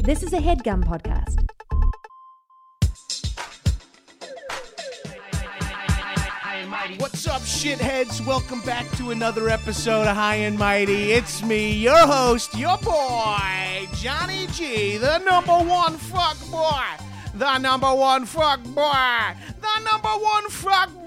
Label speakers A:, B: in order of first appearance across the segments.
A: This is a headgum podcast.
B: What's up, shitheads? Welcome back to another episode of High and Mighty. It's me, your host, your boy, Johnny G, the number one fuck boy, the number one fuck boy, the number one fuck boy,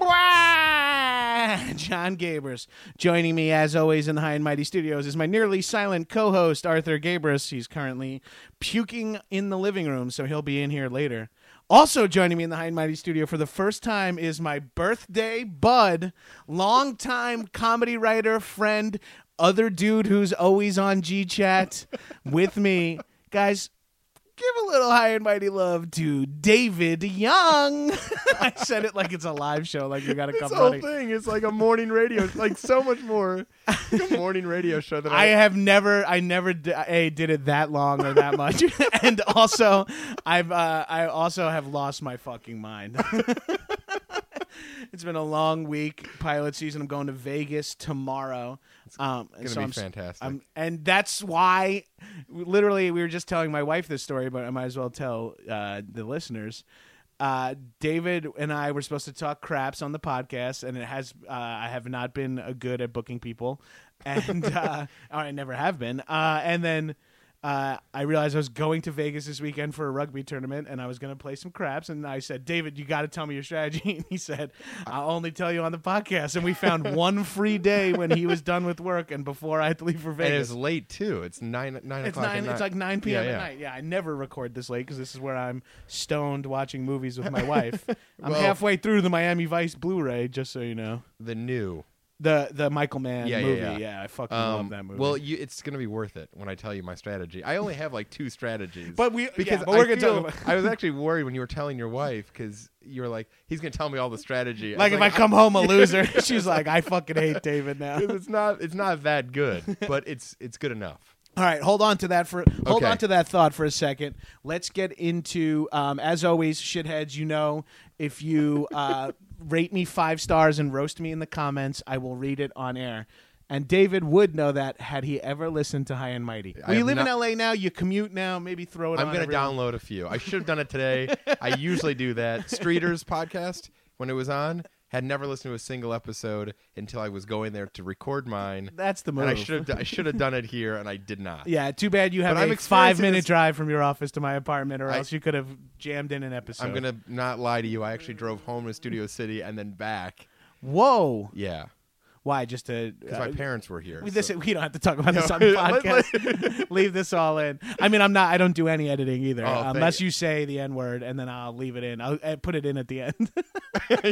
B: John Gabris. Joining me, as always, in the High and Mighty studios is my nearly silent co-host, Arthur Gabris. He's currently puking in the living room, so he'll be in here later. Also joining me in the High and Mighty studio for the first time is my birthday bud, longtime comedy writer, friend, other dude who's always on G Chat with me. Guys, give a little High and Mighty love to David Young. I said it like it's a live show, like you got to come
C: this whole
B: running.
C: thing is like a morning radio, it's like so much more like a morning radio show than
B: I
C: I.
B: have never, I never d- a did it that long or that much, and also, I've, uh, I also have lost my fucking mind. it's been a long week, pilot season. I'm going to Vegas tomorrow. Um,
C: gonna
B: so
C: be
B: I'm s-
C: fantastic.
B: I'm- Um, and that's why, literally, we were just telling my wife this story, but I might as well tell uh, the listeners. Uh, David and I were supposed to talk craps on the podcast, and it has uh, I have not been uh, good at booking people, and uh, or I never have been. Uh, and then uh, I realized I was going to Vegas this weekend for a rugby tournament, and I was going to play some craps. And I said, David, you got to tell me your strategy. And he said, I'll only tell you on the podcast. And we found one free day when he was done with work and before I had to leave for
C: And
B: Vegas.
C: it's late too. It's nine nine
B: It's
C: o'clock.
B: nine.
C: At
B: It's
C: night.
B: like nine p.m.
C: Yeah,
B: at
C: yeah.
B: night. Yeah, I never record this late because this is where I'm stoned watching movies with my wife. I'm
C: Well-
B: halfway through the Miami Vice Blu-ray, just so you know.
C: The new.
B: The the Michael Mann
C: Yeah, yeah,
B: movie.
C: yeah.
B: I fucking love
C: Um,
B: that movie.
C: well, you, it's gonna be worth it when I tell you my strategy. I only have like two strategies,
B: But we- yeah,
C: because
B: but we're
C: I
B: gonna talk
C: feel-
B: about-
C: I was actually worried when you were telling your wife because you were like, he's gonna tell me all the strategy.
B: like
C: was
B: if I come home a loser, she's like, I fucking hate David now.
C: 'cause it's not it's not that good, but it's it's good enough.
B: All right, hold on to that for hold
C: Okay.
B: on to that thought for a second. Let's get into um, as always, shitheads. You know, if you uh, rate me five stars and roast me in the comments, I will read it on air. And David would know that had he ever listened to High and Mighty.
C: I
B: Well, you
C: have
B: live in
C: not-
B: L.A. now. You commute now. Maybe throw it.
C: I'm
B: on
C: gonna
B: every-
C: download a few. I should have done it today. I usually do that. Streeters podcast when it was on had never listened to a single episode until I was going there to record mine.
B: That's the move.
C: and I should have d- I should have done it here, and I did not.
B: Yeah, too bad you have
C: But I'm
B: a
C: experiencing
B: five minute
C: this-
B: drive from your office to my apartment, or
C: I-
B: else you could have jammed in an episode.
C: I'm gonna not lie to you. I actually drove home to Studio City and then back.
B: Whoa,
C: Yeah,
B: why? Just to uh,
C: because my parents were here.
B: We, this,
C: so-
B: we don't have to talk about this on the
C: No. Let-
B: podcast. leave this all in. I mean, I'm not. I don't do any editing either,
C: Oh, thank
B: unless
C: you.
B: you say the n word, and then I'll leave it in. I'll, uh put it in at the end.
C: at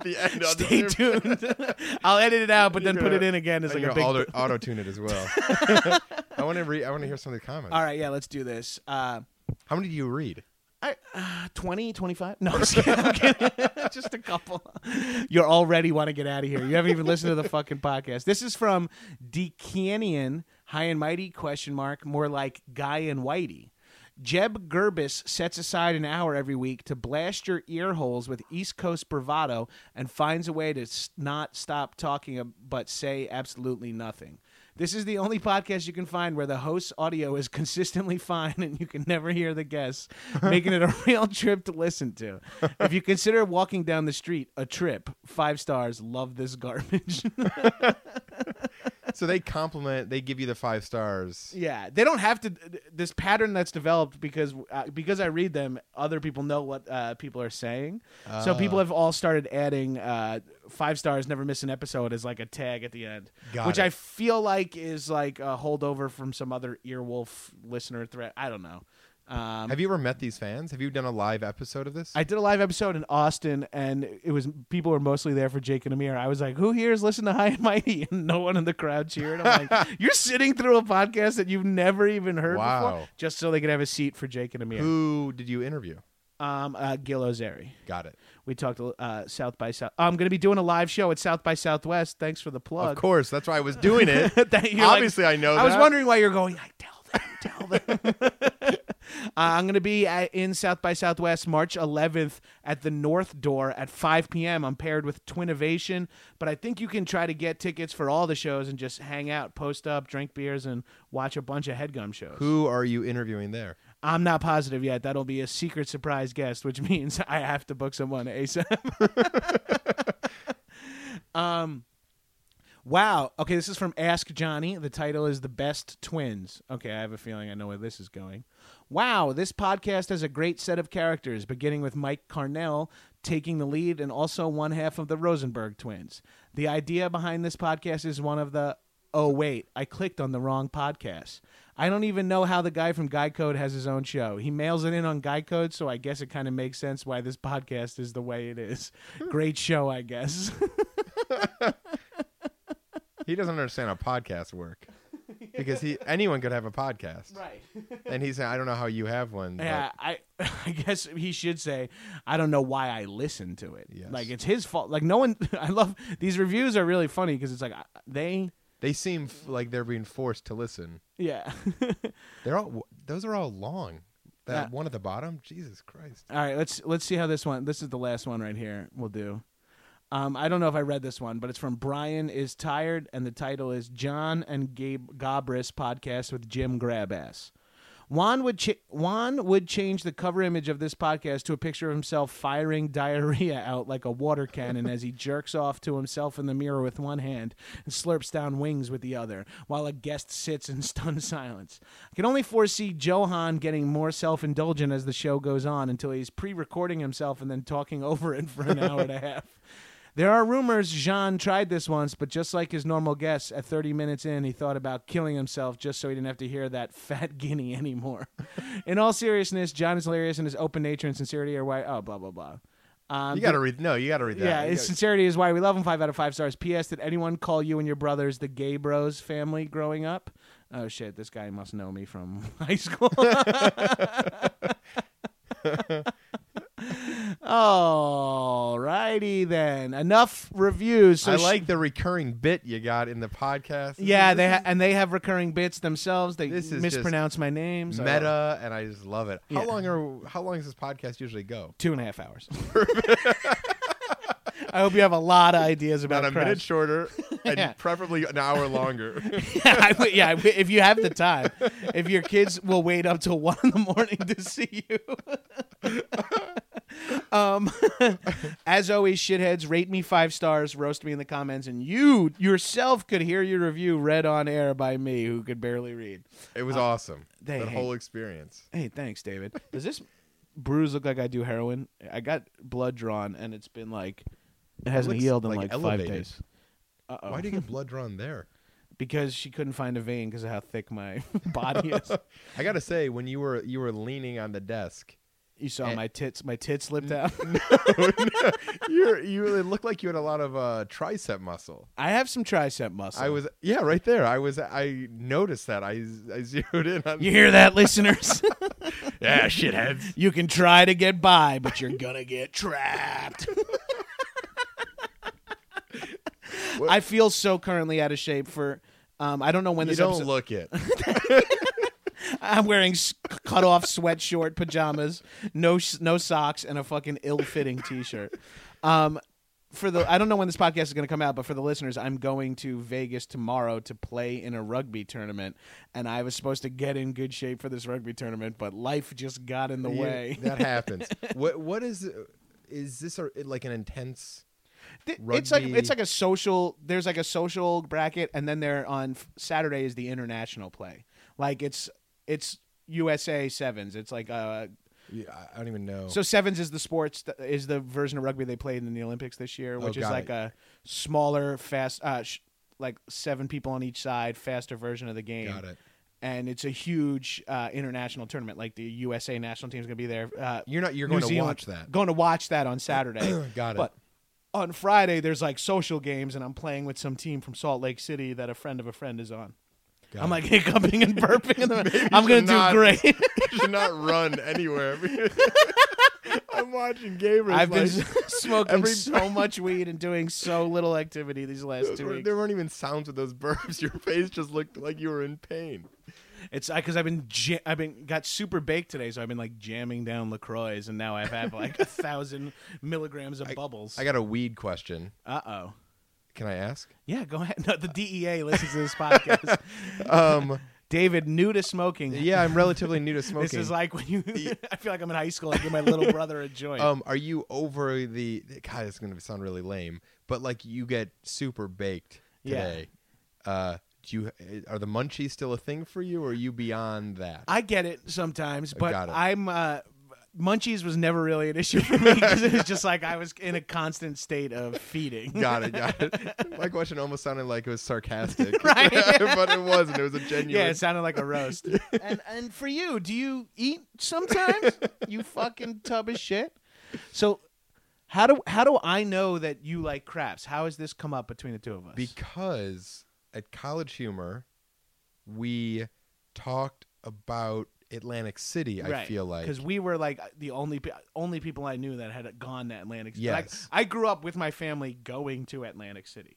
C: the end. I'll just-
B: Stay tuned. I'll edit it out, but then put it in again as
C: I'm
B: like a
C: gonna
B: big.
C: auto auto tune it as well. I want to read. I want to hear some of the comments.
B: all right, yeah, let's do this. Uh,
C: How many do you read?
B: I, uh, 20, 25? No, I'm just kidding. I'm kidding. just a couple. You're already want to get out of here. You haven't even listened to the fucking podcast. This is from Decanian, high and mighty question mark, more like Guy and Whitey. Jeb Gerbis sets aside an hour every week to blast your ear holes with East Coast bravado and finds a way to s- not stop talking ab- but say absolutely nothing. This is the only podcast you can find where the host's audio is consistently fine and you can never hear the guests, making it a real trip to listen to. If you consider walking down the street a trip, five stars, love this garbage.
C: So they compliment. They give you the five stars.
B: yeah, they don't have to this pattern that's developed because uh, because I read them, other people know what uh, people are saying. so
C: Ah.
B: people have all started adding uh, five stars, never miss an episode as like a tag at the end,
C: Got
B: which
C: it.
B: I feel like is like a holdover from some other earwolf listener thread. I don't know. Um,
C: Have you ever met these fans? Have you done a live episode of this?
B: I did a live episode in Austin, and it was people were mostly there for Jake and Amir. I was like, "Who here is listening to High and Mighty?" And no one in the crowd cheered. I'm like, "You're sitting through a podcast that you've never even heard before,
C: Wow.
B: just so they could have a seat for Jake and Amir."
C: Who did you interview?
B: Um, uh, Gil Ozeri.
C: Got it.
B: We talked uh, South by South. I'm going to be doing a live show at South by Southwest. Thanks for the plug.
C: Of course, that's why I was doing it.
B: Uh, That you're like-
C: Obviously, I know.
B: I was
C: that.
B: wondering why you're going. I tell them, tell them. uh, I'm going to be at, in South by Southwest March 11th at the North Door at 5 p.m. I'm paired with Twinnovation, but I think you can try to get tickets for all the shows and just hang out, post up, drink beers, and watch a bunch of headgum shows.
C: Who are you interviewing there?
B: I'm not positive yet. That'll be a secret surprise guest, which means I have to book someone ASAP. um, wow. Okay, this is from Ask Johnny. The title is The Best Twins. Okay, I have a feeling I know where this is going. Wow, this podcast has a great set of characters, beginning with Mike Carnell taking the lead and also one half of the Rosenberg twins. The idea behind this podcast is one of the oh wait, I clicked on the wrong podcast. I don't even know how the guy from Guy Code has his own show. He mails it in on Guy Code, so I guess it kind of makes sense why this podcast is the way it is. Great show, I guess.
C: He doesn't understand how podcasts work because he anyone could have a podcast.
B: right.
C: And he's saying, I don't know how you have one. but
B: Yeah, I I guess he should say I don't know why I listen to it.
C: Yes.
B: Like it's his fault. Like no one I love these reviews are really funny because it's like I- they
C: they seem f- like they're being forced to listen.
B: yeah.
C: They're all those are all long. That
B: Yeah.
C: one at the bottom, Jesus Christ.
B: All right, let's let's see how this one. This is the last one right here. We'll do. Um, I don't know if I read this one, but it's from Brian is tired, and the title is John and Gabe Gabris podcast with Jim Grabass. Juan would ch- Juan would change the cover image of this podcast to a picture of himself firing diarrhea out like a water cannon as he jerks off to himself in the mirror with one hand and slurps down wings with the other, while a guest sits in stunned silence. I can only foresee Johan getting more self indulgent as the show goes on until he's pre recording himself and then talking over it for an hour and a half. There are rumors Jean tried this once, but just like his normal guests, at 30 minutes in, he thought about killing himself just so he didn't have to hear that fat guinea anymore. in all seriousness, John is hilarious, and his open nature and sincerity are why. Oh, blah, blah, blah. Um,
C: You got to read. No, you got to read that.
B: yeah,
C: You
B: his
C: gotta-
B: sincerity is why we love him. Five out of five stars. P.S. Did anyone call you and your brothers the gay bros family growing up? Oh shit, this guy must know me from high school. All righty then. Enough reviews. So
C: I
B: sh-
C: like the recurring bit you got in the podcast. This
B: yeah,
C: is-
B: they
C: this
B: ha- and they have recurring bits themselves. They
C: This is just
B: mispronounce my name.
C: is
B: so-
C: meta, and I just love it.
B: Yeah.
C: How long are how long does this podcast usually go?
B: Two and a half hours. I hope you have a lot of ideas about
C: About a
B: Crush.
C: minute shorter, and
B: Yeah.
C: preferably an hour longer.
B: yeah, I w- yeah. I w- If you have the time, if your kids will wait up till one in the morning to see you. um, as always, shitheads, rate me five stars, roast me in the comments, and you yourself could hear your review read on air by me, who could barely read.
C: It
B: Uh,
C: was awesome.
B: they
C: that
B: hate-
C: whole experience.
B: Hey, thanks, David. Does this bruise look like I do heroin? I got blood drawn, and it's been like it hasn't
C: looks
B: healed in
C: like
B: like
C: elevated.
B: five days. Uh oh.
C: Why do you get blood drawn there?
B: Because she couldn't find a vein because of how thick my body is.
C: I gotta say, when you were you were leaning on the desk,
B: You saw
C: Eh.
B: my tits. My tits slipped
C: Mm.
B: out.
C: you you it looked like you had a lot of uh, tricep muscle.
B: I have some tricep muscle.
C: I was yeah, right there. I was I noticed that. I I zeroed in on
B: You hear that, listeners?
C: yeah, shitheads.
B: you can try to get by, but you're gonna get trapped.
C: What-
B: I feel so currently out of shape for. Um, I don't know when
C: You
B: this.
C: don't
B: episode-
C: look it.
B: I'm wearing s- cut off sweatshirt pajamas, no sh- no socks, and a fucking ill fitting t shirt. Um, for the I don't know when this podcast is going to come out, but for the listeners, I'm going to Vegas tomorrow to play in a rugby tournament, and I was supposed to get in good shape for this rugby tournament, but life just got in the
C: You-
B: way.
C: that happens. What what is is this a, like an intense?
B: Th- it's like
C: Rugby-
B: it's like a social there's like a social bracket and then they're on f- saturday is the international play like it's it's usa sevens it's like uh
C: Yeah, I- I don't even know.
B: so sevens is the sports th- is the version of rugby they played in the olympics this year
C: Oh,
B: which is
C: got
B: like
C: it.
B: a smaller fast uh sh- like seven people on each side faster version of the game
C: got it.
B: and it's a huge uh, international tournament like the usa national team's gonna be there uh
C: You're not. You're
B: New
C: going to
B: Zealand-
C: watch that.
B: Going to watch that on Saturday.
C: Got it.
B: But on Friday, there's like social games, and I'm playing with some team from Salt Lake City that a friend of a friend is on.
C: Got
B: I'm
C: it.
B: like hiccuping and burping. In the, I'm gonna
C: you should
B: do
C: not.
B: great.
C: you should not run anywhere. I'm watching gamers.
B: I've been
C: like-
B: smoking
C: every-
B: so much weed and doing so little activity these last two weeks.
C: there weren't even sounds with those burps. Your face just looked like you were in pain.
B: It's because I've been ja- I've been got super baked today, so I've been like jamming down Lacroix, and now I've had like a thousand milligrams of bubbles.
C: I got a weed question.
B: uh oh.
C: Can I ask?
B: E Yeah, go ahead. No, the DEA listens to this podcast.
C: Um,
B: David, new to smoking.
C: Yeah, I'm relatively new to smoking.
B: This is like when you. I feel like I'm in high school. I give my little brother a joint.
C: um, are you over the? God, it's going to sound really lame, but like you get super baked
B: Yeah.
C: today. Uh, do you are the munchies still a thing for you, or are you beyond that?
B: I get it sometimes, but
C: got it.
B: I'm uh, munchies was never really an issue for me because it was just like I was in a constant state of feeding.
C: got it, got it. My question almost sounded like it was sarcastic,
B: Right.
C: but it wasn't. It was a genuine.
B: yeah, it sounded like a roast. and and for you, do you eat sometimes? you fucking tub of shit. So how do how do I know that you like craps? How has this come up between the two of us?
C: because at College Humor, we talked about Atlantic City. I feel like
B: because we were like the only pe- only people I knew that had gone to Atlantic City. Like,
C: Yes.
B: I grew up with my family going to Atlantic City.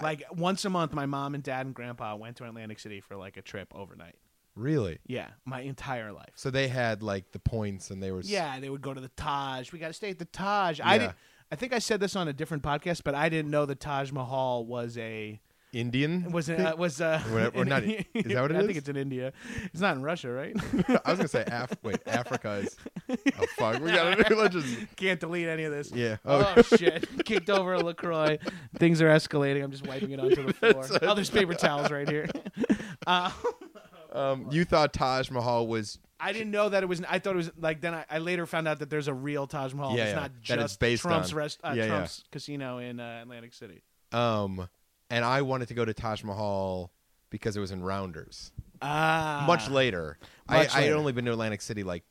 B: Like once a month, my mom and dad and grandpa went to Atlantic City for like a trip overnight.
C: really.
B: Yeah, my entire life.
C: So they had like the points, and they were s-
B: Yeah, they would go to the Taj. We got to stay at the Taj. I
C: Yeah.
B: didn't. I think I said this on a different podcast, but I didn't know the Taj Mahal was a
C: Indian.
B: was a, was a.
C: Or- or not- is that what it
B: I
C: is?
B: think it's in India. It's not in Russia, right?
C: I was gonna say Af. Wait, Africa is. Oh fuck, we gotta let's just.
B: Can't delete any of this.
C: Yeah. Oh,
B: Oh, shit! Kicked over a Lacroix. Things are escalating. I'm just wiping it onto the floor. Oh, there's paper towels right here. Uh,
C: um, you thought Taj Mahal was
B: I didn't know that it was. I thought it was like. Then I, I later found out that there's a real Taj Mahal.
C: Yeah,
B: it's
C: yeah.
B: not
C: That
B: just
C: it's based
B: Trump's
C: on.
B: rest, uh,
C: Yeah, yeah.
B: Trump's casino in uh, Atlantic City.
C: um, and I wanted to go to Taj Mahal because it was in Rounders.
B: Ah,
C: much later.
B: Much
C: I, I had
B: later.
C: only been to Atlantic City like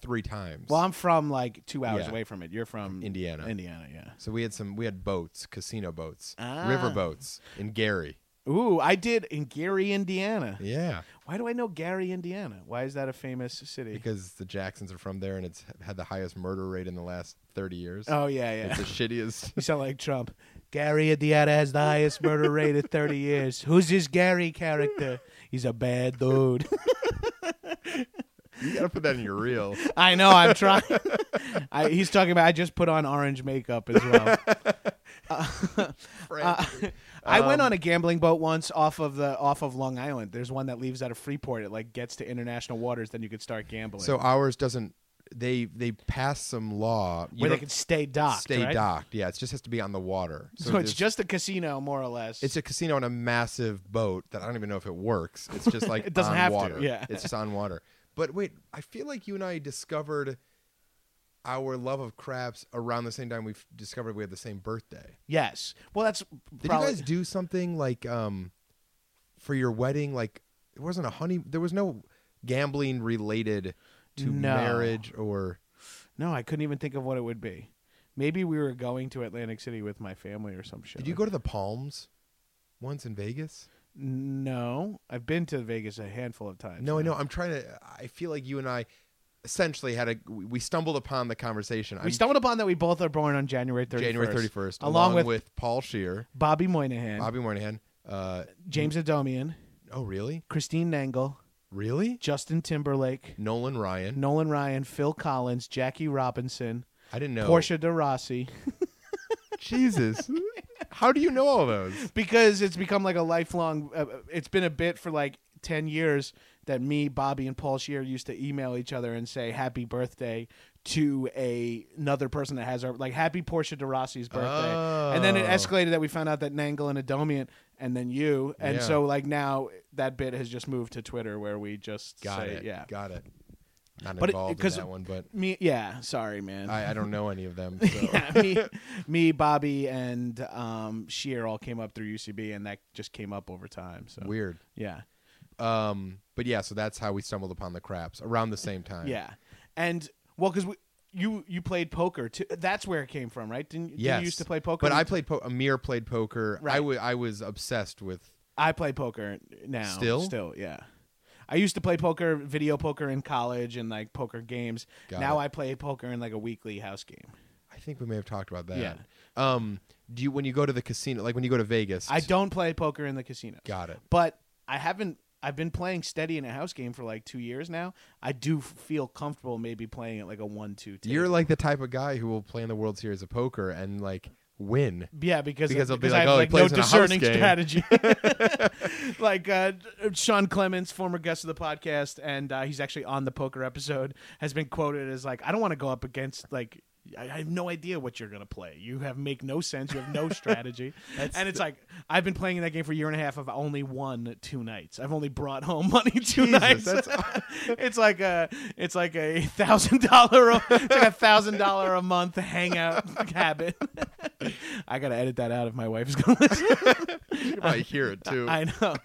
C: three times.
B: Well, I'm from like two hours
C: Yeah.
B: away from it. You're from
C: Indiana.
B: Indiana, yeah.
C: so we had some. We had boats, casino boats,
B: Ah.
C: river boats in Gary.
B: Ooh, I did in Gary, Indiana.
C: Yeah,
B: Why do I know Gary, Indiana? Why is that a famous city?
C: because the Jacksons are from there, and it's had the highest murder rate in the last thirty years.
B: oh yeah, yeah.
C: It's the shittiest.
B: You sound like Trump. Gary Indiana has the highest murder rate in 30 years. Who's this Gary character? He's a bad dude.
C: You gotta put that in your reel.
B: I know. I'm trying. I, he's talking about. I just put on orange makeup as well. Uh,
C: Frank.
B: I went
C: Um,
B: on a gambling boat once off of the off of Long Island. There's one that leaves out of Freeport. It like gets to international waters. Then you could start gambling.
C: so ours doesn't. They they passed some law you
B: where they
C: don't
B: can stay docked.
C: stay
B: right?
C: docked. Yeah, it just has to be on the water.
B: So, it's
C: there's-
B: just a casino, more or less.
C: It's a casino on a massive boat that I don't even know if it works. It's just like
B: It doesn't
C: on
B: have to,
C: water.
B: yeah.
C: it's just on water. But wait, I feel like you and I discovered our love of crabs around the same time we f- discovered we had the same birthday.
B: yes. Well, that's
C: Did
B: probably.
C: you guys do something like um for your wedding? Like it wasn't a honey. There was no gambling related to
B: No.
C: marriage or
B: No, I couldn't even think of what it would be. Maybe we were going to Atlantic City with my family or some shit.
C: Did you go to the Palms once in Vegas?
B: No, I've been to Vegas a handful of times.
C: No, I know. I'm trying to. I feel like you and I essentially had a. We we stumbled upon the conversation.
B: We stumbled upon that we both are born on January 31st.
C: January 31st,
B: along, with,
C: Paul Shear,
B: Bobby Moynihan,
C: Bobby Moynihan. Uh,
B: James Adomian,
C: oh, really?
B: Christine Nangle,
C: Really?
B: Justin Timberlake,
C: Nolan Ryan.
B: Nolan Ryan, Phil Collins, Jackie Robinson,
C: I didn't know.
B: Portia de Rossi.
C: Jesus. How do you know all those?
B: because it's become like a lifelong. Uh, it's been a bit for like ten years that me, Bobby, and Paul Shear used to email each other and say "Happy birthday" to a another person that has our like "Happy Portia de Rossi's birthday," and then it
C: Oh.
B: escalated that we found out that Nangle and Adomian, and then you, and
C: Yeah.
B: so like now that bit has just moved to Twitter where we just
C: Got
B: say,
C: it.
B: yeah,
C: Got it. Not
B: But it-
C: involved in
B: 'cause-
C: that one, but
B: me, yeah, sorry, man.
C: I, I don't know any of them. So.
B: Yeah, me, me, Bobby, and um, Shear all came up through UCB, and that just came up over time. So
C: Weird.
B: yeah.
C: Um, but yeah, so that's how we stumbled upon the craps around the same time.
B: Yeah, and well, because you you played poker too. That's where it came from, right? Didn't, didn't
C: Yes.
B: you used to play poker?
C: But I played. Po- Amir played poker. I
B: Right.
C: wa- I was obsessed with
B: I play poker now.
C: Still?
B: still, yeah. I used to play poker, video poker in college, and like poker games.
C: Got
B: now
C: it.
B: I play poker in like a weekly house game.
C: I think we may have talked about that. Um, do you when you go to the casino, like when you go to Vegas?
B: I don't play poker in the casino.
C: Got it.
B: but I haven't. I've been playing steady in a house game for like two years now. I do f- feel comfortable maybe playing at like a one-two.
C: You're like the type of guy who will play in the World Series of Poker and like win.
B: Yeah, because
C: Because they'll
B: of,
C: be
B: because I
C: like,
B: have,
C: "Oh, he
B: like no
C: plays in a house
B: discerning
C: game."
B: strategy. like uh, Sean Clements, former guest of the podcast, and uh, he's actually on the poker episode, has been quoted as like, "I don't want to go up against like." I I have no idea what you're gonna play. You have make no sense. You have no strategy, and it's like I've been playing that game for a year and a half. I've only won two nights. I've only brought home money two nights.
C: that's-
B: it's like a it's like a thousand dollar it's like a thousand dollar a month hangout habit. I gotta edit that out if my wife's gonna listen.
C: You might hear it too. Um,
B: I know.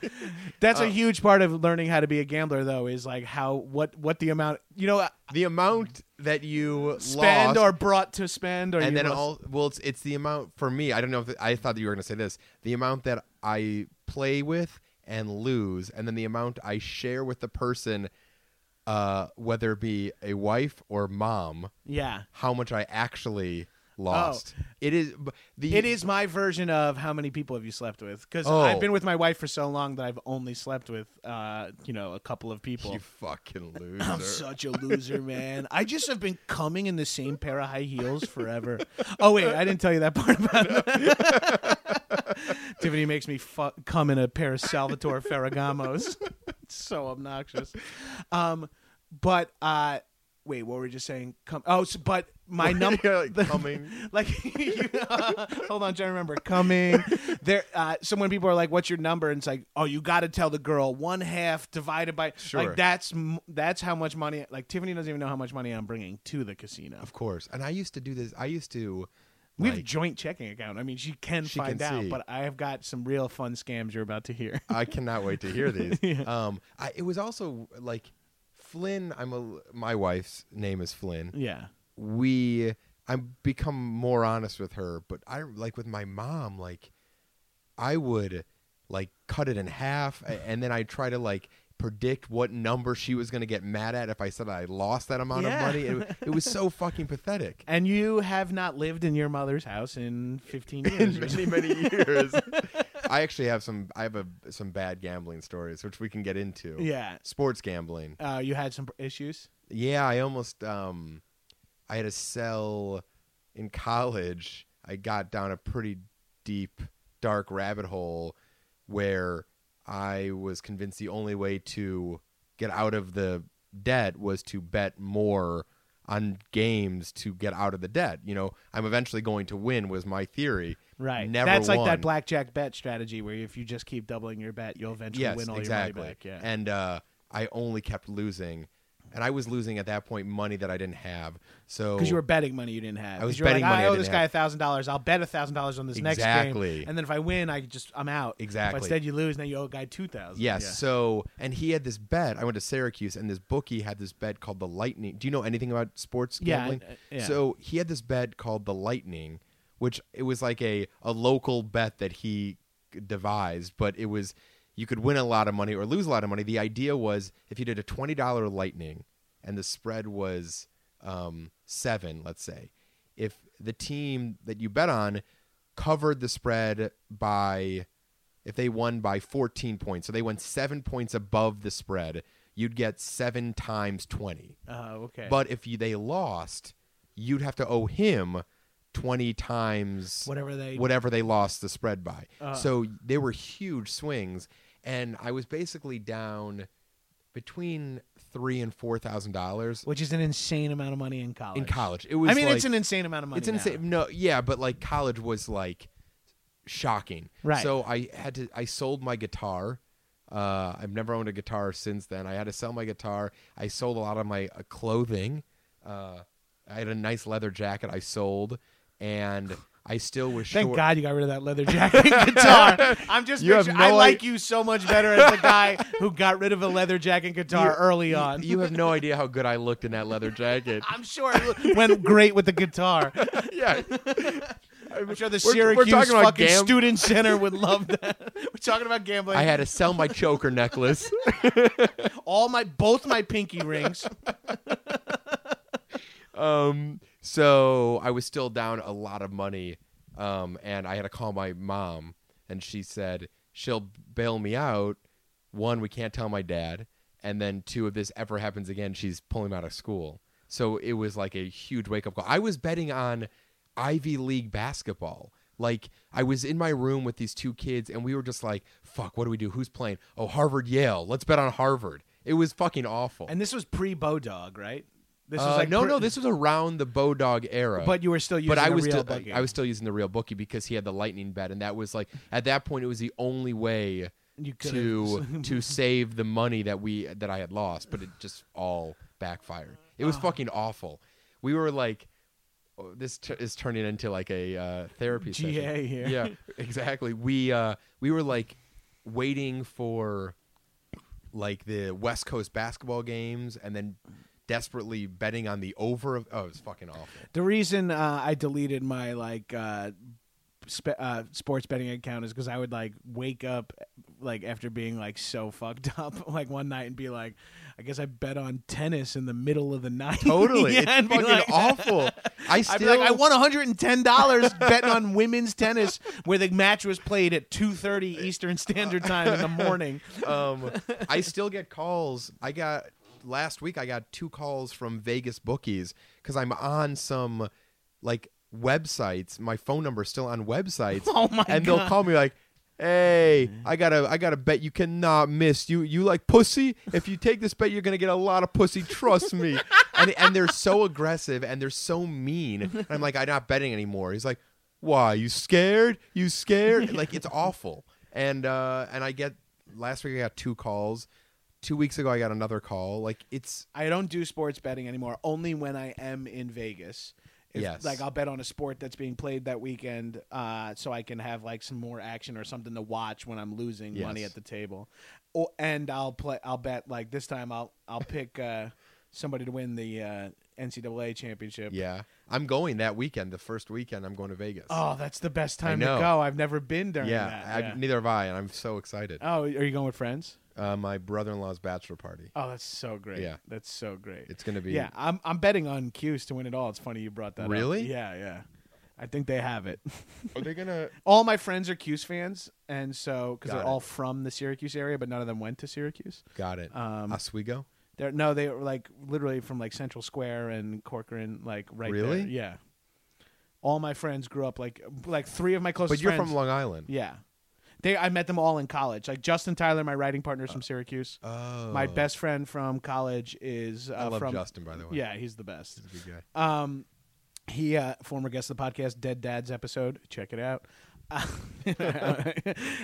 B: That's a huge part of learning how to be a gambler though, is like how what what the amount you know
C: the amount that you
B: spend
C: lost,
B: or brought to spend or
C: and
B: you
C: then
B: lost-
C: all well, it's it's the amount for me. I don't know if I thought that you were going to say this. The amount that I play with and lose, and then the amount I share with the person, uh, whether it be a wife or mom,
B: Yeah.
C: how much I actually lost. It is b- the
B: Oh. It is my version of how many people have you slept with? Because
C: Oh.
B: I've been with my wife for so long that I've only slept with, uh, you know, a couple of people.
C: you fucking
B: I'm
C: loser.
B: such a loser, man. I just have been coming in the same pair of high heels forever. Oh wait, I didn't tell you that part about Tiffany makes me fu- come in a pair of Salvatore Ferragamos. it's so obnoxious. Um, but uh, wait, what were we just saying? Come. Oh, so, but my number
C: You're like coming.
B: like you, uh, hold on trying to remember coming there uh, so when people are like what's your number and it's like oh you got to tell the girl one half divided by
C: Sure.
B: like that's m- that's how much money like tiffany doesn't even know how much money i'm bringing to the casino
C: Of course. And I used to do this. I used to.
B: we have a
C: like,
B: joint checking account i mean she can
C: She
B: find
C: can
B: out
C: see.
B: but i have got some real fun scams you're about to hear
C: I cannot wait to hear these.
B: Yeah.
C: Um, I, it was also like Flynn. I'm a my wife's name is Flynn.
B: yeah
C: We I'm become more honest with her, but I like with my mom. Like I would like cut it in half, a- and then I try to like predict what number she was going to get mad at if I said I lost that amount
B: Yeah.
C: of money. It, it was so fucking pathetic.
B: and you have not lived in your mother's house in 15
C: in
B: years
C: many many years. I actually have some. I have a, some bad gambling stories, which we can get into.
B: yeah
C: sports gambling.
B: uh, you had some issues
C: Yeah, I almost. Um, I had to sell in college. I got down a pretty deep, dark rabbit hole where I was convinced the only way to get out of the debt was to bet more on games to get out of the debt. You know, I'm eventually going to win was my theory.
B: Right.
C: Never
B: That's like
C: won.
B: that blackjack bet strategy where if you just keep doubling your bet, you'll eventually
C: yes,
B: win all
C: exactly.
B: your money back. Yeah.
C: And uh, I only kept losing, and I was losing at that point money that I didn't have. So
B: because you were betting money you didn't have.
C: Oh. I was
B: 'Cause you were
C: betting
B: like,
C: money
B: I
C: I
B: owe
C: didn't
B: this guy a
C: have."
B: thousand dollars. I'll bet a thousand dollars on this next game,
C: Exactly.
B: and then if I win, I just I'm out. But
C: Exactly.
B: instead, you lose, and then you owe a guy two thousand.
C: yes, so and he had this bet. I went to Syracuse, and this bookie had this bet called the Lightning. Do you know anything about sports
B: Yeah,
C: gambling?
B: I- I- yeah.
C: So he had this bet called the Lightning, which it was like a a local bet that he devised, but it was you could win a lot of money or lose a lot of money. The idea was if you did a twenty dollar Lightning, and the spread was um, seven, let's say, if the team that you bet on covered the spread by if they won by 14 points so they went seven points above the spread you'd get seven times 20
B: Oh, okay.
C: but if you, they lost you'd have to owe him 20 times
B: whatever they.
C: whatever they lost the spread by.
B: Uh.
C: so they were huge swings, and I was basically down between three and four thousand dollars
B: Which is an insane amount of money in college.
C: in college. It was.
B: I mean,
C: like,
B: it's an insane amount of money.
C: It's insane. No, yeah, but like college was like shocking.
B: Right.
C: So I had to. I sold my guitar. Uh, I've never owned a guitar since then. I had to sell my guitar. I sold a lot of my uh, clothing. Uh, I had a nice leather jacket I sold, and I still was
B: Thank
C: short.
B: God you got rid of that leather jacket and guitar. I'm just
C: You have
B: picturing, I
C: no i-
B: like you so much better as the guy who got rid of a leather jacket and guitar
C: You-
B: early
C: you-
B: on.
C: You have no idea how good I looked in that leather jacket.
B: I'm sure it went great with the guitar.
C: yeah.
B: I'm sure the
C: we're
B: Syracuse
C: talking about
B: fucking
C: gam-
B: student center would love that. We're talking about gambling.
C: I had to sell my choker necklace.
B: all my both my pinky rings.
C: Um, so I was still down a lot of money. Um, and I had to call my mom, and she said she'll bail me out. One, we can't tell my dad, and then two, if this ever happens again, she's pulling me out of school. So it was like a huge wake up call. I was betting on Ivy League basketball. Like I was in my room with these two kids and we were just like, fuck, what do we do? Who's playing? Oh, Harvard Yale. Let's bet on Harvard. It was fucking awful.
B: And this was pre Bodog, right? This
C: Uh, no,
B: pre-
C: no, this was around the Bow Dog era.
B: But you were still using.
C: but I
B: a
C: was
B: real
C: still
B: bookie.
C: I was still using the real bookie because he had the lightning bet, and that was like at that point it was the only way
B: You could've-
C: to to save the money that we that I had lost. But it just all backfired. It
B: Ah.
C: was fucking awful. We were like, oh, this t- is turning into like a uh, therapy session.
B: GA here.
C: Yeah, exactly. We uh we were like waiting for like the West Coast basketball games, and then desperately betting on the over of oh it was fucking awful
B: The reason uh, I deleted my like uh, spe- uh, sports betting account is because I would like wake up like after being like so fucked up like one night and be like, I guess I bet on tennis in the middle of the night.
C: Totally.
B: Yeah,
C: it's
B: and be
C: fucking
B: like-
C: awful. I
B: I'd be
C: still
B: like, I won 110 dollars betting on women's tennis, where the match was played at 2:30 Eastern Standard Time in the morning.
C: um I still get calls. I got last week I got two calls from Vegas bookies cuz I'm on some like websites. My phone number's still on websites.
B: Oh my
C: and
B: god! Mm-hmm.
C: they'll call me like Hey, I gotta, I gotta bet you cannot miss. You, you like pussy. If you take this bet, you're gonna get a lot of pussy. Trust me. and and they're so aggressive and they're so mean. And I'm like, I'm not betting anymore. He's like, Why? You scared? You scared? Like it's awful. And uh, and I get last week I got two calls. Two weeks ago I got another call. Like it's
B: I don't do sports betting anymore. Only when I am in Vegas. If,
C: Yes.
B: Like I'll bet on a sport that's being played that weekend, uh, so I can have like some more action or something to watch when I'm losing
C: Yes.
B: money at the table. Or, and I'll play. I'll bet like this time. I'll I'll pick uh, somebody to win the uh, NCAA championship.
C: yeah. I'm going that weekend. The first weekend I'm going to Vegas.
B: Oh, that's the best time to
C: know.
B: go. I've never been during
C: yeah.
B: that.
C: I, Neither have I, and I'm so excited.
B: Oh, are you going with friends?
C: Uh, my brother-in-law's bachelor party.
B: Oh, that's so great.
C: Yeah.
B: That's so great.
C: It's gonna be
B: yeah, I'm I'm betting on Cuse to win it all. It's funny you brought that up.
C: Really?
B: Yeah, yeah. I think they have it.
C: Are they gonna?
B: all my friends are Cuse fans, and so because they're
C: Got it.
B: all from the Syracuse area, but none of them went to Syracuse.
C: Got it.
B: Um,
C: Oswego.
B: They're no, they were like literally from like Central Square and Corcoran, like right
C: Really?
B: there. Yeah. All my friends grew up like like three of my closest.
C: But you're
B: friends-
C: from Long Island.
B: Yeah. They I met them all in college. Like Justin Tyler, my writing partner,
C: Uh,
B: is from Syracuse.
C: Oh,
B: My best friend from college is uh,
C: I love
B: from
C: Justin, by the way.
B: Yeah, he's the best.
C: He's a good guy.
B: Um, he uh, former guest of the podcast, Dead Dad's episode. Check it out. Uh,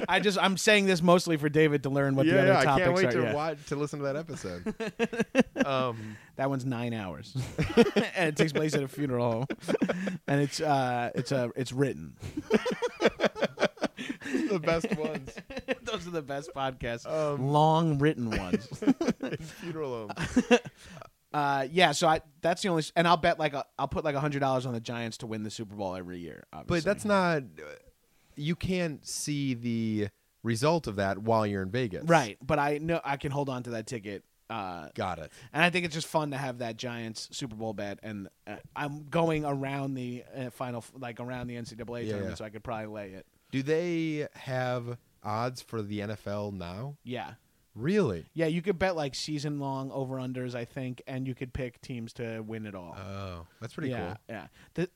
B: I just I'm saying this mostly for David to learn what the
C: yeah,
B: other
C: yeah, I
B: topics
C: can't wait
B: are.
C: to
B: yeah.
C: watch to listen to that episode. um,
B: That one's nine hours, and it takes place at a funeral home, and it's uh it's uh, it's written.
C: the best ones.
B: Those are the best podcasts,
C: Um,
B: long written ones.
C: Funeral home.
B: Uh, yeah, so I that's the only, and I'll bet like a, I'll put like a hundred dollars on the Giants to win the Super Bowl every year. Obviously.
C: But that's not. You can't see the result of that while you're in Vegas.
B: right. But I know I can hold on to that ticket, uh,
C: Got it.
B: and I think it's just fun to have that Giants Super Bowl bet. And uh, I'm going around the uh, final, like around the NCAA
C: Yeah,
B: tournament,
C: yeah.
B: so I could probably lay it.
C: Do they have odds for the NFL now?
B: Yeah,
C: Really?
B: yeah, you could bet like season long over unders, I think, and you could pick teams to win it all.
C: Oh, that's pretty
B: yeah, Yeah. The,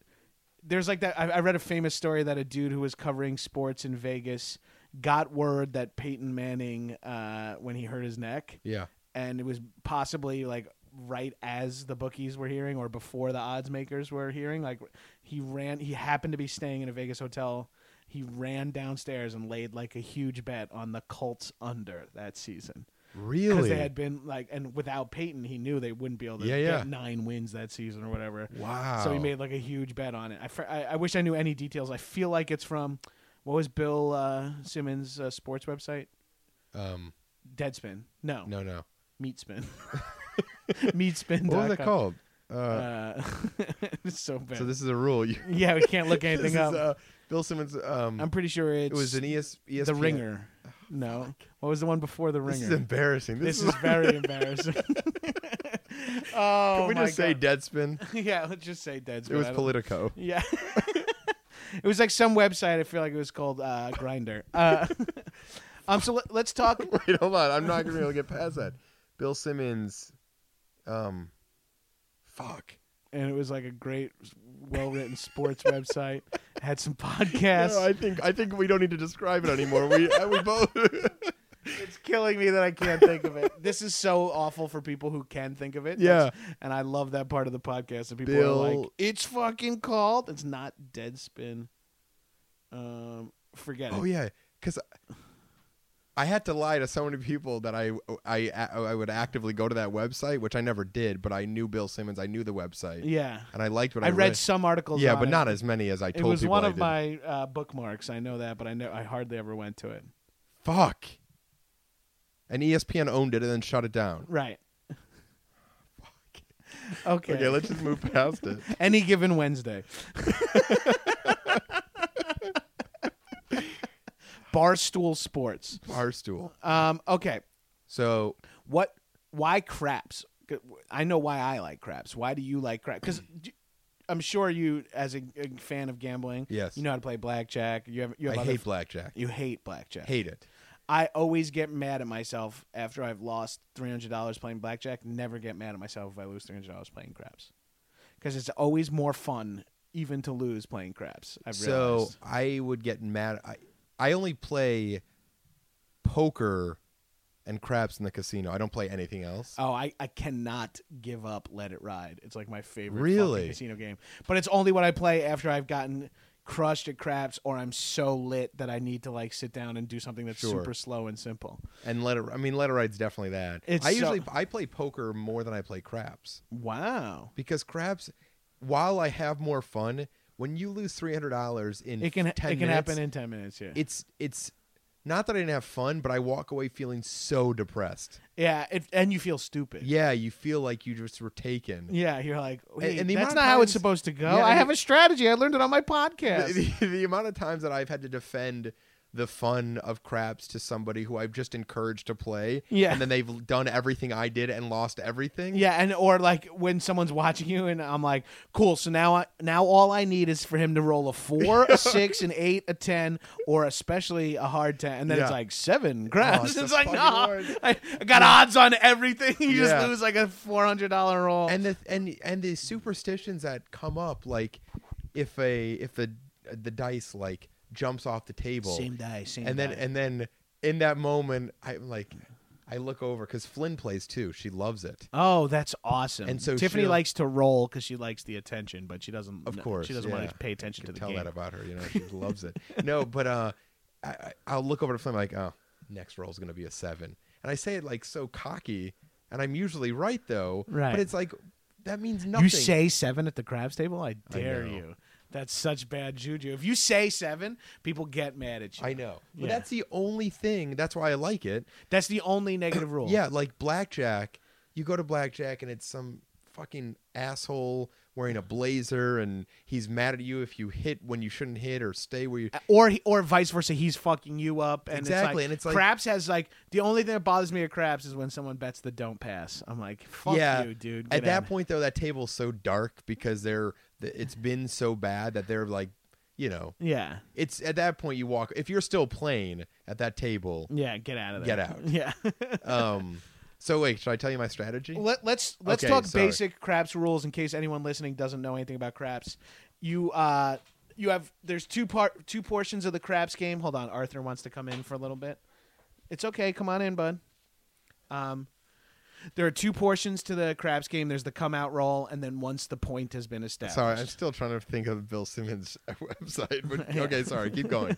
B: there's like that. I, I read a famous story that a dude who was covering sports in Vegas got word that Peyton Manning, uh, when he hurt his neck,
C: cool. Yeah.
B: and it was possibly like right as the bookies were hearing or before the odds makers were hearing. Like he ran, he happened to be staying in a Vegas hotel. He ran downstairs and laid like a huge bet on the Colts under that season
C: Really?
B: they had been like, and without Peyton, he knew they wouldn't be able to
C: Yeah, yeah.
B: get nine wins that season or whatever.
C: wow.
B: So he made like a huge bet on it. I, fr- I, I wish I knew any details. I feel like it's from what was Bill uh, Simmons' uh, sports website?
C: Um.
B: Deadspin. No,
C: No. No.
B: Meatspin. Meatspin.
C: What was it called? Uh,
B: Uh, it's so bad.
C: so this is a rule. You,
B: yeah, we can't look anything
C: this is,
B: up.
C: uh, Bill Simmons. Um,
B: I'm pretty sure it's
C: it was an E ES, ESPN.
B: the Ringer. No, what was the one before the Ringer?
C: Oh, This is embarrassing. This, is.
B: very embarrassing. oh,
C: Can we
B: my
C: just say
B: God.
C: Deadspin?
B: yeah, let's just say Deadspin.
C: It was
B: I don't-
C: Politico.
B: Yeah. it was like some website. I feel like it was called uh, Grinder. Uh, um. So let, let's talk.
C: Wait, hold on. I'm not gonna be able to get past that. Bill Simmons. Um. Fuck.
B: and it was like a great, well written sports website. Had some podcasts.
C: No, I think I think we don't need to describe it anymore. We uh, we both.
B: it's killing me that I can't think of it. This is so awful for people who can think of it.
C: Yeah.
B: That's- and I love that part of the podcast. And people are like,
C: Bill-
B: "It's fucking called." It's not Deadspin. Um, forget
C: oh
B: it.
C: yeah, because I had to lie to so many people that I I uh, I would actively go to that website, which I never did, but I knew Bill Simmons. I knew the website,
B: Yeah,
C: and I liked what I,
B: I read some articles.
C: Yeah,
B: on
C: but
B: it.
C: not as many as I
B: It
C: told
B: was
C: people.
B: one
C: I
B: of
C: did.
B: my uh, bookmarks. I know that, but I know I hardly ever went to it.
C: fuck. And E ESPN owned it and then shut it down.
B: Right. Okay.
C: Okay, let's just move past it.
B: Any given Wednesday. Barstool Sports.
C: Barstool.
B: Um, okay.
C: So
B: What? Why craps? I know why I like craps. Why do you like craps? Because I'm sure you, as a, a fan of gambling,
C: Yes.
B: you know how to play blackjack. You have, you have
C: I
B: other
C: hate blackjack.
B: You hate blackjack.
C: Hate it.
B: I always get mad at myself after I've lost three hundred dollars playing blackjack. Never get mad at myself if I lose three hundred dollars playing craps, because it's always more fun even to lose playing craps. I've
C: so
B: realized.
C: I would get mad. I I only play poker and craps in the casino. I don't play anything else.
B: Oh, I, I cannot give up Let It Ride. It's like my favorite
C: Really?
B: fucking casino game. But it's only what I play after I've gotten crushed at craps or I'm so lit that I need to like sit down and do something that's
C: Sure.
B: super slow and simple.
C: And let it. I mean, let it ride's definitely that.
B: It's
C: I
B: so-
C: usually I play poker more than I play craps
B: Wow.
C: because craps, while I have more fun, when you lose three hundred dollars in
B: It can it
C: 10
B: can
C: minutes,
B: happen in 10 minutes, yeah.
C: it's it's not that I didn't have fun, but I walk away feeling so depressed.
B: yeah, it, and you feel stupid.
C: Yeah, you feel like you just were taken.
B: Yeah, you're like, wait,
C: and the
B: that's
C: amount of
B: not how it's
C: times-
B: supposed to go.
C: Yeah,
B: I
C: and
B: have
C: it-
B: a strategy. I learned it on my
C: The,
B: podcast.
C: the- the amount of times that I've had to defend the fun of craps to somebody who I've just encouraged to play,
B: Yeah.
C: and then they've done everything I did and lost everything.
B: Yeah, and or like when someone's watching you, and I'm like, cool. So now, I, now all I need is for him to roll a four, a six, an eight, a ten, or especially a hard ten, and then it's
C: Yeah. Oh,
B: like seven grabs.
C: it's the
B: it's like,
C: fucking
B: no,
C: worst.
B: I, I got odds on everything. You
C: Yeah.
B: just lose like a four hundred dollar roll.
C: and the and and the superstitions that come up, like if a if the the dice like jumps off the table,
B: same die, same.
C: and then
B: die.
C: and then in that moment, I'm like, I look over because Flynn plays too. She loves it.
B: Oh, that's awesome!
C: And so
B: Tiffany
C: she'll-
B: likes to roll because she likes the attention, but she doesn't.
C: Of
B: no,
C: course,
B: she doesn't want
C: yeah.
B: to pay attention to
C: can
B: the
C: tell
B: game.
C: that about her. You know, she loves it. No, but uh, I, I- I'll look over to Flynn like, oh, next roll's gonna be a seven, and I say it like so cocky, and I'm usually right though.
B: Right.
C: But it's like that means nothing.
B: You say seven at the crabs table? I dare
C: know.
B: you. That's such bad juju. If you say seven, people get mad at you.
C: I know, but
B: Yeah.
C: that's the only thing. That's why I like it.
B: That's the only negative rule.
C: Yeah, like blackjack. You go to blackjack and it's some fucking asshole wearing a blazer, and he's mad at you if you hit when you shouldn't hit or stay where you.
B: Or he- or vice versa, he's fucking you up. And It's like,
C: Exactly, and it's like-
B: Craps has like the only thing that bothers me at Craps is when someone bets the don't pass. I'm like, fuck
C: yeah,
B: you, dude.
C: At
B: Get
C: that
B: out.
C: point, though, that table's so dark because they're th- it's been so bad that they're like, you know,
B: yeah,
C: it's at that point you walk. If you're still playing at that table,
B: yeah, get out of there.
C: Get out.
B: Yeah.
C: um. So wait, should I tell you my strategy?
B: Let, let's let's
C: Okay,
B: talk
C: sorry.
B: basic craps rules in case anyone listening doesn't know anything about craps. You uh you have there's two part two portions of the craps game. Hold on, Arthur wants to come in for a little bit. It's okay, come on in, bud. Um there are two portions to the craps game. There's the come out roll and then once the point has been established.
C: Sorry, I'm still trying to think of Bill Simmons' website. But okay, sorry, keep going.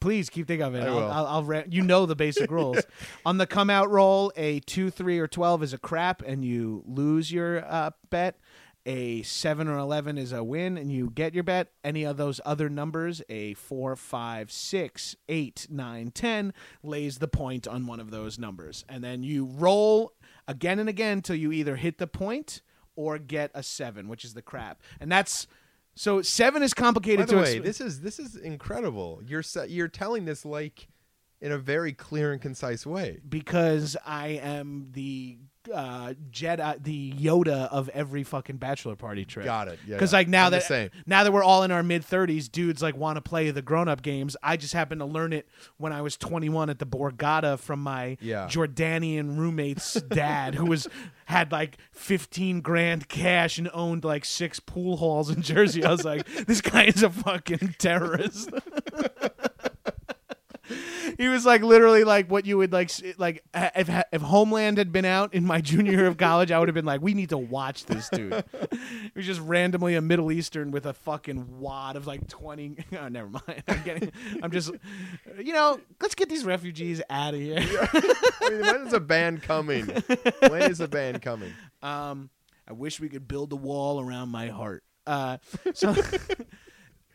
B: Please keep thinking of it.
C: I
B: I'll,
C: will.
B: I'll, I'll ra- you know the basic rules. On the come out roll, a two, three, or twelve is a crap, and you lose your uh, bet. A seven or eleven is a win, and you get your bet. Any of those other numbers, a four, five, six, eight, nine, ten, lays the point on one of those numbers, and then you roll again and again till you either hit the point or get a seven, which is the crap, and that's. So seven is complicated
C: By the
B: to
C: way,
B: expl-
C: this is this is incredible. You're se- you're telling this like in a very clear and concise way.
B: because I am the uh, Jedi, the Yoda of every fucking bachelor party trip.
C: Got it. Yeah,
B: Because
C: yeah.
B: like now
C: I'm the
B: that
C: same.
B: now that we're all in our mid thirties, dudes like want to play the grown up games. I just happened to learn it when I was twenty one at the Borgata from my
C: Yeah.
B: Jordanian roommate's dad, who was had like fifteen grand cash and owned like six pool halls in Jersey. I was like, this guy is a fucking terrorist. He was like literally like what you would like s- like ha- if ha- if Homeland had been out in my junior year of college, I would have been like, we need to watch this dude. he was just randomly a Middle Eastern with a fucking wad of like twenty. Oh, never mind. I'm getting. I'm just. You know, let's get these refugees out of here.
C: I mean, when is a band coming? When is a band coming?
B: Um, I wish we could build a wall around my heart. Uh, so.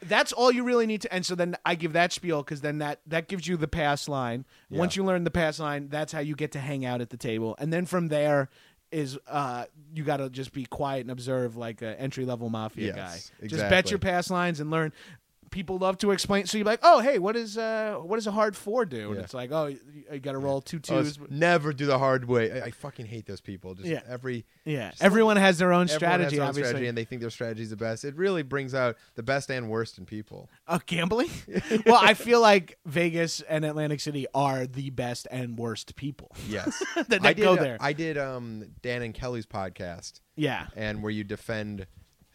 B: That's all you really need to, and so then I give that spiel because then that that gives you the pass line.
C: Yeah.
B: Once you learn the pass line, that's how you get to hang out at the table, and then from there is uh you got to just be quiet and observe like an entry level mafia
C: Yes,
B: guy. Just bet
C: exactly.
B: your pass lines and learn. People love to explain, so you're like, oh hey, what is uh what does a hard four do? And
C: Yeah.
B: it's like, oh, you, you got to roll two
C: Oh, it's
B: twos.
C: never do the hard way. I, I fucking hate those people. Just
B: Yeah.
C: every
B: yeah,
C: just
B: everyone has their own
C: everyone has
B: strategy.
C: their own
B: obviously,
C: strategy and they think their strategy is the best. It really brings out the best and worst in people.
B: Uh, gambling? well, I feel like Vegas and Atlantic City are the best and worst people
C: Yes.
B: that, that
C: I did,
B: go
C: uh,
B: there.
C: I did um, Dan and Kelly's podcast,
B: yeah.
C: and where you defend.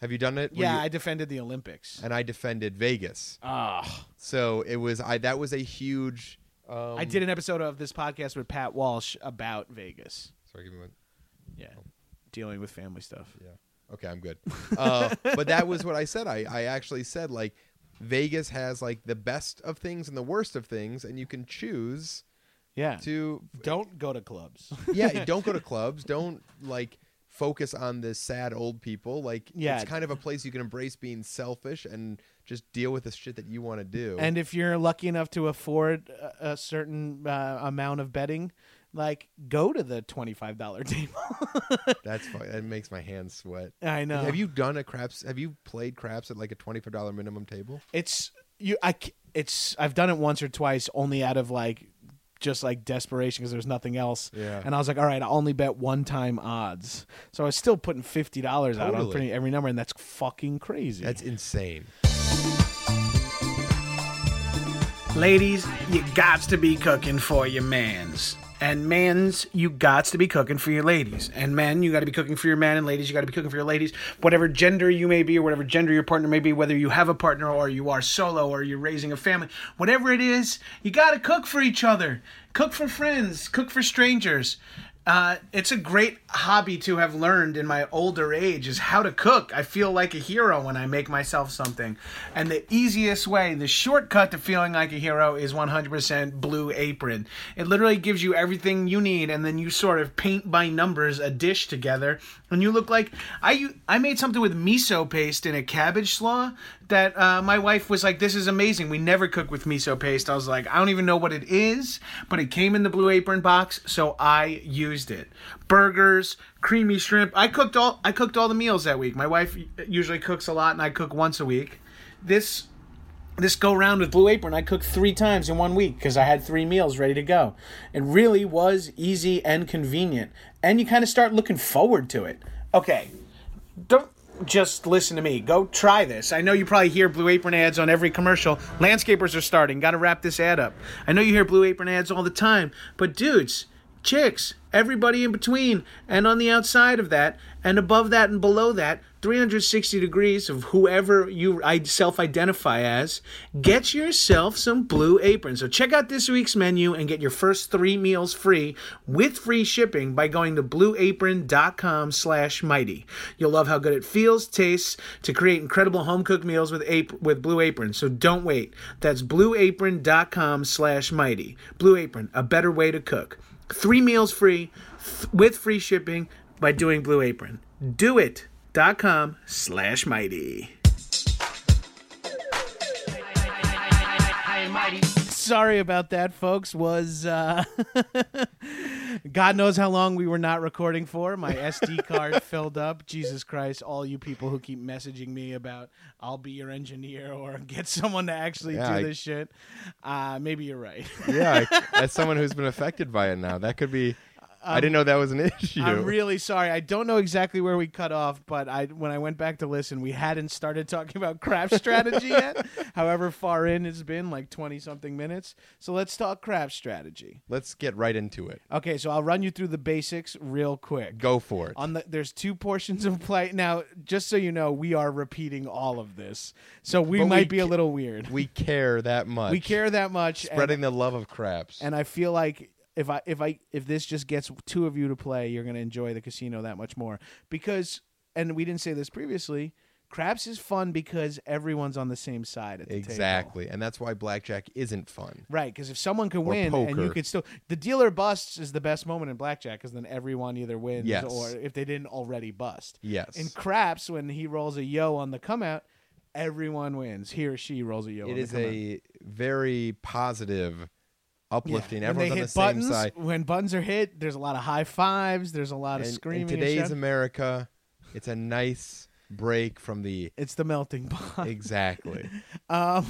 C: Have you done it? Where
B: Yeah,
C: you-
B: I defended the Olympics.
C: and I defended Vegas.
B: Ah,
C: So it was I. That was a huge. Um,
B: I did an episode of this podcast with Pat Walsh about Vegas.
C: Sorry, give me one.
B: Yeah. Dealing with family stuff.
C: Yeah. Okay, I'm good. Uh, but that was what I said. I, I actually said like Vegas has like the best of things and the worst of things, and you can choose
B: Yeah.
C: to
B: Don't go to clubs.
C: yeah. Don't go to clubs. Don't like focus on the sad old people. Like
B: Yeah.
C: it's kind of a place you can embrace being selfish and just deal with the shit that you want to do.
B: and if you're lucky enough to afford a, a certain uh, amount of betting, like go to the $25 table.
C: that's fu- that makes my hands sweat.
B: I know.
C: Have you done a craps? Have you played craps at like a twenty five dollar minimum table?
B: it's you i c- it's i've done it once or twice only out of like just like desperation because there's nothing else
C: Yeah.
B: and i was like all right i'll only bet one time odds so i was still putting $50 out on
C: Totally.
B: pretty, every number and that's fucking crazy
C: That's insane.
A: Ladies, you gots to be cooking for your mans. And mans, you gots to be cooking for your ladies. And men, you gotta be cooking for your men. And ladies, you gotta be cooking for your ladies. Whatever gender you may be, or whatever gender your partner may be, whether you have a partner or you are solo or you're raising a family, whatever it is, you gotta cook for each other. Cook for friends, cook for strangers. Uh, it's a great hobby to have learned in my older age is how to cook. I feel like a hero when I make myself something. And the easiest way, the shortcut to feeling like a hero is 100% Blue Apron. It literally gives you everything you need and then you sort of paint by numbers a dish together and you look like I u- I made something with miso paste in a cabbage slaw that uh, my wife was like this is amazing. We never cook with miso paste. I was like I don't even know what it is, but it came in the Blue Apron box, so I used it. Burgers, creamy shrimp. I cooked all I cooked all the meals that week. My wife usually cooks a lot, and I cook once a week. This this go round with Blue Apron, I cooked three times in one week because I had three meals ready to go. It really was easy and convenient, and you kind of start looking forward to it. Okay, don't just listen to me. Go try this. I know you probably hear Blue Apron ads on every commercial. Landscapers are starting. Got to wrap this ad up. I know you hear Blue Apron ads all the time, but dudes, chicks, everybody in between, and on the outside of that, and above that and below that, 360 degrees of whoever you I self-identify as, get yourself some Blue Apron. So check out this week's menu and get your first three meals free with free shipping by going to blueapron.com slash mighty. You'll love how good it feels, tastes to create incredible home-cooked meals with ap- with Blue Apron. So don't wait. That's blueapron.com slash mighty. Blue Apron, a better way to cook. Three meals free th- with free shipping by doing Blue Apron. Do it dot com slash mighty.
B: sorry about that folks was uh God knows how long we were not recording for. My SD card filled up. Jesus Christ, all you people who keep messaging me about I'll be your engineer or get someone to actually
C: Yeah,
B: do
C: I-
B: this shit. Uh, maybe you're right.
C: yeah, I, as someone who's been affected by it now, that could be. I didn't know that was an issue.
B: I'm really sorry. I don't know exactly where we cut off, but I when I went back to listen, we hadn't started talking about craft strategy yet. However far in it's been, like 20 something minutes. So let's talk craft strategy.
C: Let's get right into it.
B: Okay, so I'll run you through the basics real quick.
C: Go for it.
B: on the there's two portions of play now just so you know we are repeating all of this so we
C: But we
B: might be a
C: ca-
B: little weird
C: we care that much.
B: we care that much and-
C: Spreading the love of craps.
B: and i feel like if i if i if this just gets two of you to play you're going to enjoy the casino that much more because and we didn't say this previously craps is fun because everyone's on the same side at the table.
C: exactly. And that's why blackjack isn't fun.
B: Right, because if someone can win and you
C: poker.
B: could still, the dealer busts is the best moment in blackjack, because then everyone either wins
C: Yes.
B: or if they didn't already bust.
C: Yes.
B: In craps, when he rolls a yo on the come out, everyone wins. He or she rolls a yo. on
C: It is
B: the come out.
C: a very positive, uplifting.
B: When they
C: Everyone's on
B: hit
C: the same
B: buttons,
C: side.
B: When buttons are hit, there's a lot of high fives. There's a lot
C: And
B: of screaming.
C: in
B: and
C: today's
B: shouting.
C: America, it's a nice break from the
B: it's the melting pot.
C: exactly.
B: Um,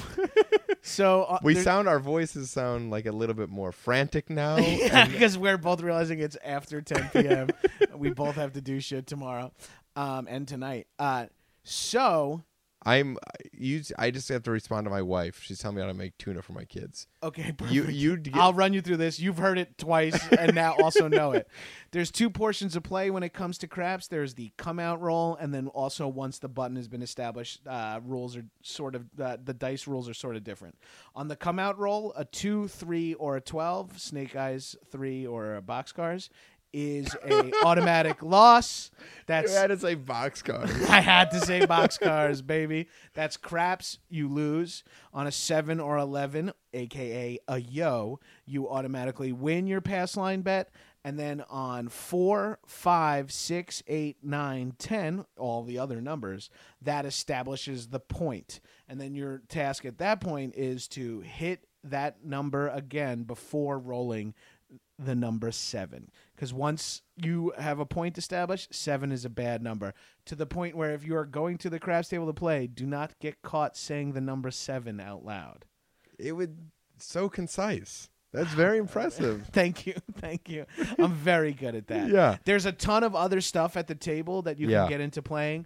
B: so uh,
C: We
B: there-
C: sound our voices sound like a little bit more frantic now.
B: Yeah, because we're both realizing it's after 10 p.m. we both have to do shit tomorrow um, and tonight. Uh, so,
C: I'm you. I just have to respond to my wife. She's telling me how to make tuna for my kids.
B: okay, perfect.
C: You you d-
B: I'll run you through this. You've heard it twice and now also know it. There's two portions of play when it comes to craps. There's the come out roll, and then also once the button has been established, uh, rules are sort of uh, the dice rules are sort of different. On the come out roll, a two, three, or a twelve, snake eyes three or a boxcars is a automatic loss. That's
C: had to say boxcar.
B: I had to say boxcars, baby. That's craps. You lose on a seven or eleven, aka a yo. You automatically win your pass line bet, and then on four, five, six, eight, nine, ten, all the other numbers, that establishes the point. And then your task at that point is to hit that number again before rolling the number seven. Because once you have a point established, seven is a bad number. To the point where if you are going to the craps table to play, do not get caught saying the number seven out loud.
C: It would so concise. That's very impressive.
B: Thank you. Thank you. I'm very good at that.
C: Yeah.
B: There's a ton of other stuff at the table that you
C: Yeah.
B: can get into playing,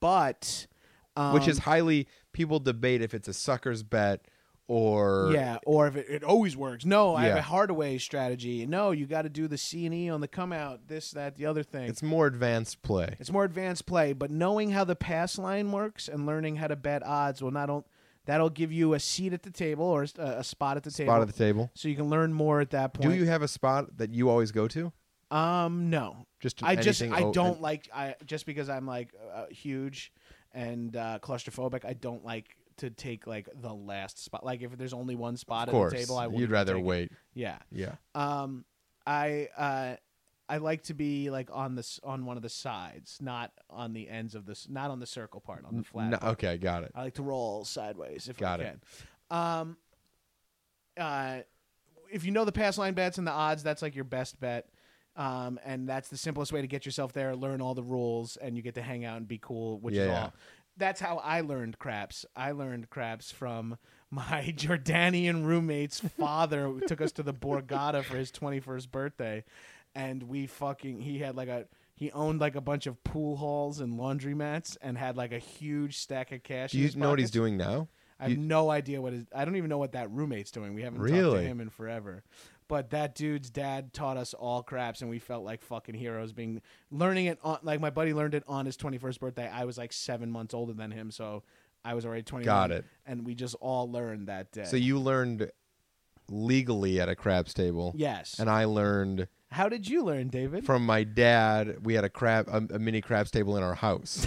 B: but. Um,
C: Which is highly people debate if it's a sucker's bet or
B: Yeah, or if it, it always works. No, I have
C: Yeah.
B: a Hardaway strategy. No, you got to do the C and E on the come out. This, that, the other thing.
C: it's more advanced play.
B: It's more advanced play, but knowing how the pass line works and learning how to bet odds will not on- that'll give you a seat at the table or a, a spot at the table.
C: Spot at the table.
B: so you can learn more at that point.
C: Do you have a spot that you always go to?
B: Um, no.
C: Just
B: I just
C: anything
B: I
C: o-
B: don't
C: an-
B: like I just because I'm like uh, huge and uh, claustrophobic. I don't like to take like the last spot. Like if there's only one spot
C: Of
B: at
C: course,
B: the table, I wouldn't
C: you'd rather
B: take it.
C: wait.
B: Yeah.
C: Yeah,
B: Um, I uh, I like to be like on this on one of the sides, not on the ends of this, not on the circle part, on the flat. Uh,
C: No-
B: part.
C: okay, I got it.
B: I like to roll sideways if
C: Got
B: I
C: it.
B: can. Um, uh, if you know the pass line bets and the odds, that's like your best bet. Um, and that's the simplest way to get yourself there. Learn all the rules, and you get to hang out and be cool, which is
C: Yeah, yeah.
B: all. That's how I learned craps. I learned craps from my Jordanian roommate's father. who took us to the Borgata for his 21st birthday, and we fucking he had like a he owned like a bunch of pool halls and laundromats and had like a huge stack of cash.
C: Do
B: in
C: you
B: his
C: know what he's
B: pockets.
C: doing now?
B: I have no idea what his. I don't even know what that roommate's doing. We haven't talked to
C: Really?
B: him in forever. But that dude's dad taught us all craps, and we felt like fucking heroes. Being learning it on like my buddy learned it on his twenty first birthday. I was like seven months older than him, so I was already twenty.
C: Got it.
B: And we just all learned that day.
C: So you learned legally at a craps table.
B: yes.
C: And I learned
B: How did you learn, David?
C: from my dad. We had a crab, a, a mini craps table in our house.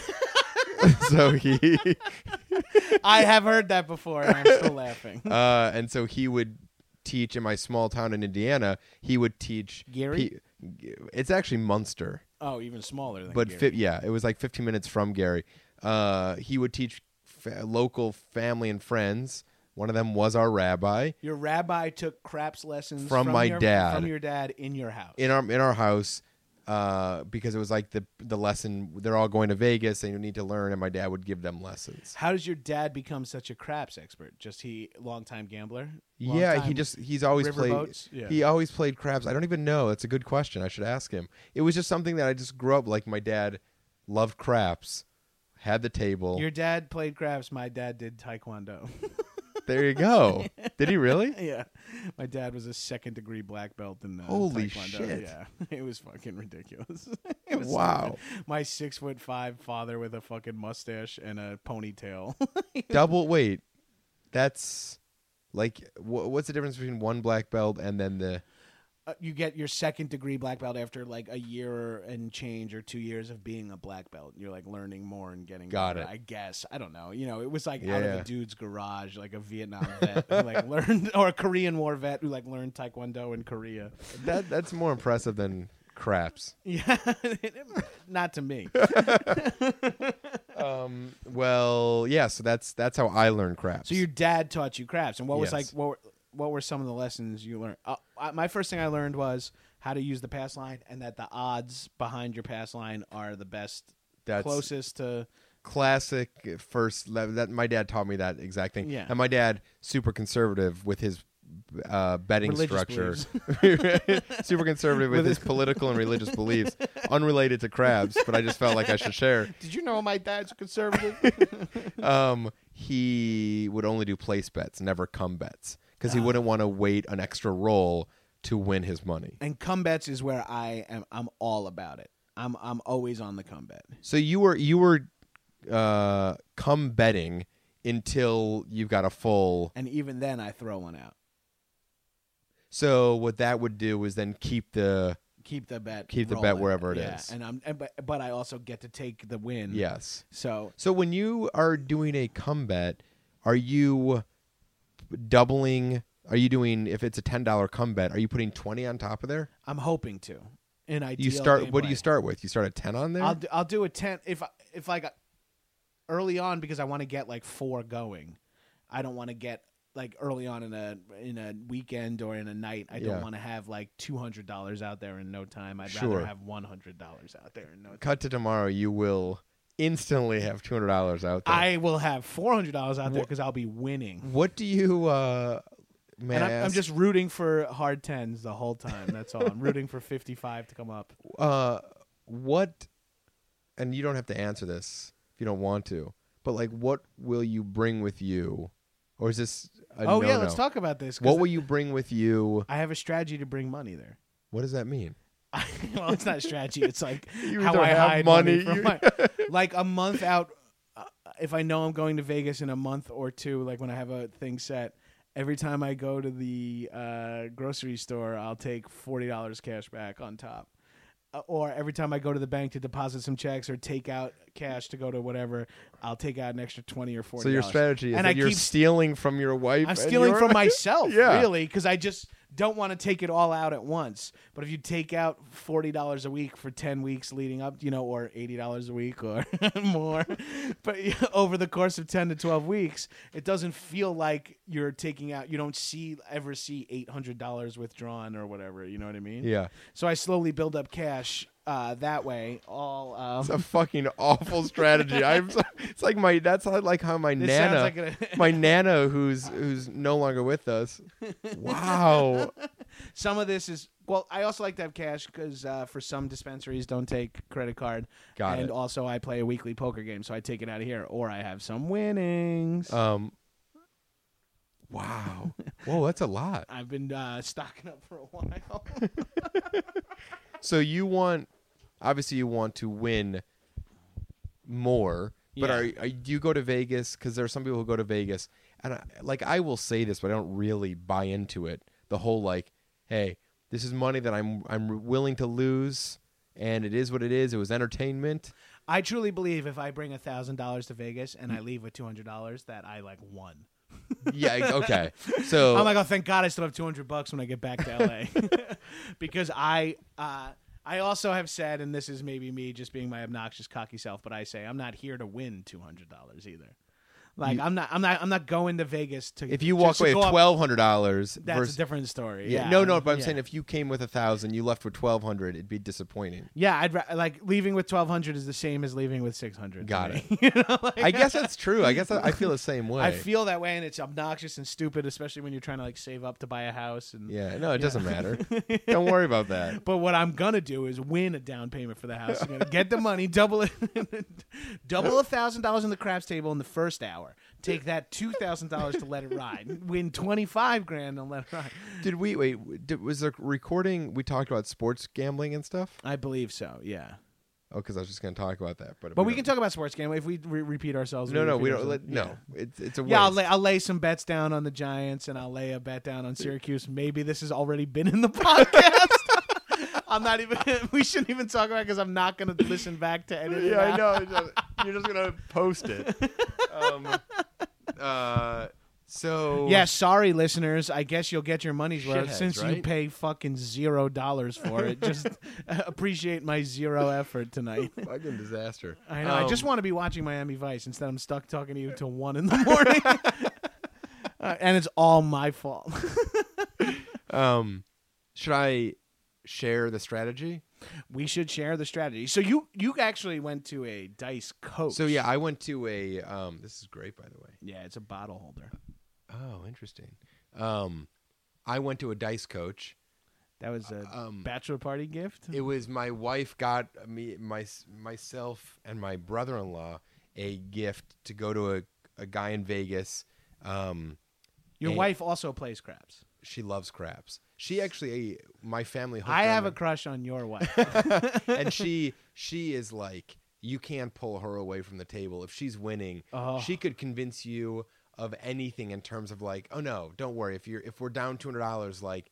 C: so he,
B: I have heard that before, and I'm still laughing.
C: uh, and so he would teach in my small town in Indiana. He would teach
B: Gary?
C: pe- it's actually Munster,
B: Oh, even smaller than.
C: but
B: Gary.
C: fi- yeah, it was like 15 minutes from Gary. Uh, he would teach fa- local family and friends One of them was our rabbi.
B: Your rabbi took craps lessons
C: From my
B: your,
C: dad.
B: From your dad in your house.
C: in our in our house uh, because it was like the the lesson they're all going to Vegas and you need to learn, and my dad would give them lessons.
B: How does your dad become such a craps expert? Just he longtime gambler. Long
C: yeah,
B: time-
C: he just he's always
B: river
C: played.
B: boats? Yeah.
C: He always played crabs. I don't even know. That's a good question. I should ask him. It was just something that I just grew up like. My dad loved craps, had the table.
B: Your dad played craps. My dad did taekwondo.
C: There you go. Did he really?
B: yeah, my dad was a second degree black belt in uh,
C: Holy
B: taekwondo.
C: shit.
B: Yeah, it was fucking ridiculous. it was
C: Wow.
B: stupid. My six foot five father with a fucking mustache and a ponytail.
C: Double. Wait, that's like wha what's the difference between one black belt and then the
B: uh, you get your second degree black belt after like a year and change or two years of being a black belt. You're like learning more and getting
C: Got
B: better,
C: it.
B: I guess I don't know. You know, it was like out of
C: Yeah.
B: a dude's garage, like a Vietnam vet who like learned or a Korean War vet who like learned Taekwondo in Korea.
C: that that's more impressive than craps.
B: Yeah, not to me.
C: Um. Well, yeah. So that's that's how I learned craps.
B: So your dad taught you crafts, and what was like
C: Yes.
B: what were, what were some of the lessons you learned? Uh, I, my first thing I learned was how to use the pass line, and that the odds behind your pass line are the best,
C: That's-
B: closest to.
C: classic first level. That my dad taught me that exact thing.
B: Yeah.
C: And my dad super conservative with his uh, betting
B: Religious
C: structure. super conservative with his political and religious beliefs, unrelated to crabs. But I just felt like I should share.
B: Did you know my dad's conservative?
C: Um. He would only do place bets, never come bets, because
B: Ah.
C: he wouldn't want to wait an extra roll to win his money.
B: and comebacks is where I am. I'm all about it. I'm I'm always on the combat.
C: So you were you were uh come betting until you've got a full
B: And even then, I throw one out.
C: So what that would do is then keep the
B: Keep the bet.
C: Keep the bet
B: rolling.
C: wherever it
B: it is.
C: is.
B: And I'm and, but but I also get to take the win.
C: yes.
B: So
C: So when you are doing a combat, are you doubling? Are you doing if it's a ten dollar combat? Are you putting twenty on top of there?
B: I'm hoping to. And I
C: You start. What do you start with? You start at ten on there.
B: I'll do, I'll do a ten if I- if like early on because I want to get like four going. I don't want to get like early on in a in a weekend or in a night. I
C: Yeah.
B: don't want to have like two hundred dollars out there in no time. I'd
C: Sure.
B: rather have one hundred dollars out there in no time.
C: Cut to tomorrow. You will instantly have two hundred dollars out there.
B: I will have four hundred dollars out there because I'll be winning.
C: what do you? uh Man,
B: And I'm, I'm just rooting for hard tens the whole time. That's all. I'm rooting for fifty five to come up.
C: uh, what and you don't have to answer this if you don't want to but like what will you bring with you or is this a
B: oh yeah,
C: no-no?
B: let's talk about this. 'cause
C: what will you bring with you
B: I have a strategy to bring money there.
C: what does that mean
B: well, it's not strategy. It's like
C: You
B: how
C: either
B: I
C: have
B: hide
C: money,
B: money, from
C: you-
B: my, like a month out. Uh, if I know I'm going to Vegas in a month or two, like when I have a thing set, every time I go to the uh, grocery store, I'll take forty dollars cash back on top. Uh, or every time I go to the bank to deposit some checks or take out cash to go to whatever, I'll take out an extra twenty or forty.
C: so your strategy is
B: and
C: that
B: I
C: you're
B: keep
C: stealing from your wife
B: I'm
C: and
B: stealing
C: your-
B: from myself,
C: Yeah.
B: really, because I just don't want to take it all out at once. But if you take out forty dollars a week for ten weeks leading up, you know, or eighty dollars a week or more, but yeah, over the course of ten to twelve weeks, it doesn't feel like you're taking out. You don't see ever see eight hundred dollars withdrawn or whatever. You know what I mean?
C: yeah
B: So I slowly build up cash uh, that way. All um,
C: it's a fucking awful strategy. I'm. So, it's like my. That's how- like how my
B: This
C: nana,
B: sounds like a-
C: my nana, who's who's no longer with us. Wow.
B: some of this is well i also like to have cash because uh, for some dispensaries don't take credit card
C: Got
B: and
C: it.
B: also i play a weekly poker game so i take it out of here or i have some winnings
C: Um. Wow. Whoa, that's a lot.
B: i've been uh, stocking up for a while
C: So you want, obviously, you want to win more. But
B: Yeah.
C: are, are do you go to Vegas? Because there are some people who go to Vegas, and I, like I will say this, but I don't really buy into it. The whole like, hey, this is money that I'm I'm willing to lose, and it is what it is. It was entertainment.
B: i truly believe if i bring a thousand dollars to vegas
C: Mm.
B: and i leave with two hundred dollars that i like won
C: Yeah. Okay. So
B: I'm like, oh, thank God I still have 200 bucks when I get back to LA, because I, uh, I also have said, and this is maybe me just being my obnoxious, cocky self, but I say I'm not here to win 200 dollars either. Like I'm not I'm not I'm not going to Vegas to
C: If you
B: just
C: walk
B: to
C: away
B: go
C: with
B: up-
C: twelve hundred dollars,
B: that's a different story.
C: yeah,
B: Yeah.
C: no, no. But I'm saying
B: yeah.
C: if you came with a thousand, you left with twelve hundred, it'd be disappointing.
B: Yeah, I'd ra- like leaving with 1200 is the same as leaving with 600.
C: Got
B: to
C: it.
B: me. You know, like-
C: I guess that's true. I guess I, I feel the same way.
B: I feel that way, and it's obnoxious and stupid, especially when you're trying to like save up to buy a house. And
C: Yeah, no, it doesn't matter. Don't worry about that.
B: but what I'm gonna do is win a down payment for the house. I'm gonna get the money, double it, double a thousand dollars on the craps table in the first hour. Take that two thousand dollars to let it ride. Win twenty five grand and let it ride.
C: Did we wait? Did, was the recording we talked about sports gambling and stuff?
B: I believe so. Yeah.
C: Oh, because I was just going to talk about that, but
B: But we can
C: don't-
B: talk about sports game if we re- repeat ourselves.
C: No, no, we
B: repeat
C: don't. Let,
B: ourselves.
C: no, it's it's a
B: Yeah, I'll
C: waste.
B: lay, I'll lay some bets down on the Giants and I'll lay a bet down on Syracuse. Maybe this has already been in the podcast. I'm not even, we shouldn't even talk about it because I'm not going to listen back to anything.
C: yeah, I know. I know. You're just gonna post it. Um, uh, so
B: Yeah, sorry, listeners. I guess you'll get your money's worth
C: Shitheads,
B: since you
C: right?
B: pay fucking zero dollars for it. Just uh, appreciate my zero effort tonight.
C: fucking disaster.
B: I know. I
C: Um,
B: just want to be watching Miami Vice instead. I'm stuck talking to you till one in the morning, Uh, and it's all my fault.
C: Um, should I share the strategy?
B: we should share the strategy. So you you actually went to a dice coach.
C: So yeah, I went to a. Um, this is great, by the way.
B: yeah, it's a bottle holder.
C: Oh, interesting. Um, I went to a dice coach.
B: That was a
C: Um,
B: bachelor party gift.
C: It was my wife got me my myself and my brother-in-law a gift to go to a, a guy in Vegas. Um,
B: Your
C: eh.
B: wife also plays craps.
C: she loves craps. She actually my family hooked
B: I
C: her
B: have a
C: on-
B: crush on your wife.
C: and she she is like you can't pull her away from the table if she's winning.
B: Oh.
C: She could convince you of anything in terms of like, "Oh no, don't worry. If you're if we're down $200 like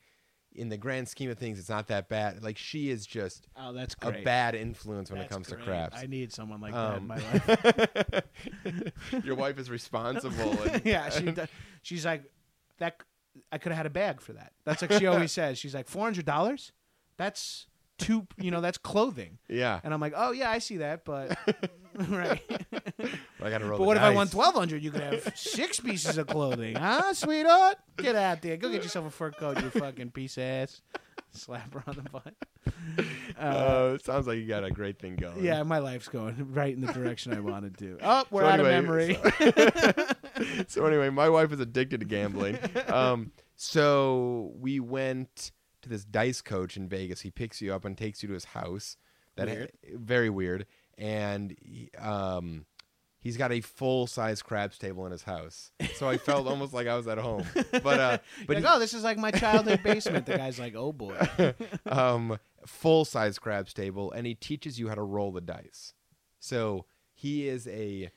C: in the grand scheme of things, it's not that bad." Like she is just
B: oh, that's
C: a
B: great.
C: bad influence when
B: That's
C: it comes
B: great.
C: to craps.
B: I need someone like that in
C: Um,
B: my life.
C: Your wife is responsible. And,
B: yeah, she d- she's like that. I could have had a bag for that. That's like she always says. She's like four hundred dollars. That's two. You know, that's clothing.
C: yeah.
B: And I'm like, oh yeah, I see that, but right.
C: I got to roll.
B: But
C: the
B: what if I
C: dice.
B: won twelve hundred? You could have six pieces of clothing, huh, sweetheart? Get out there, go get yourself a fur coat, you fucking piece of ass. Slap her on the butt. Uh,
C: Uh, it sounds like you got a great thing going.
B: yeah, my life's going right in the direction I wanted to. Oh, we're
C: So
B: out
C: anyway,
B: of memory.
C: So anyway, my wife is addicted to gambling. Um, so we went to this dice coach in Vegas. He picks you up and takes you to his house. That
B: Weird.
C: very weird. And he, um, he's got a full size crabs table in his house. So I felt almost like I was at home. But uh, but
B: But like,
C: he-
B: oh, this is like my childhood basement. The guy's like, oh boy.
C: um, full size crabs table, and he teaches you how to roll the dice. So he is a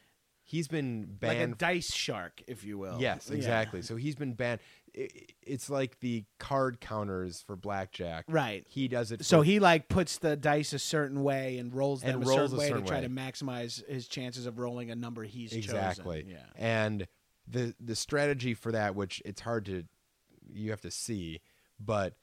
C: he's been
B: like a
C: banned.
B: dice shark, if you will.
C: yes,
B: Yeah.
C: exactly. So he's been banned. i- i- It's like the card counters for blackjack.
B: Right.
C: He does it.
B: So
C: for-
B: he like puts the dice a certain way and rolls them
C: And
B: a,
C: rolls
B: certain
C: a
B: way
C: certain
B: to try
C: way.
B: to maximize his chances of rolling a number he's
C: exactly.
B: chosen. Yeah.
C: And the the strategy for that, which it's hard to you have to see, but.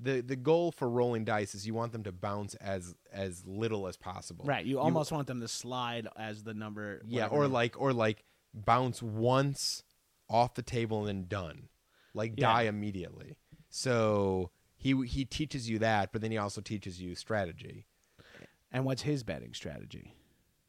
C: The, the goal for rolling dice is you want them to bounce as as little as possible.
B: Right. You almost want them to slide as the number.
C: Yeah,
B: whatever
C: or
B: number-
C: like or like bounce once off the table and then done. Like
B: Yeah.
C: die immediately. So he he teaches you that, but then he also teaches you strategy.
B: And what's his betting strategy?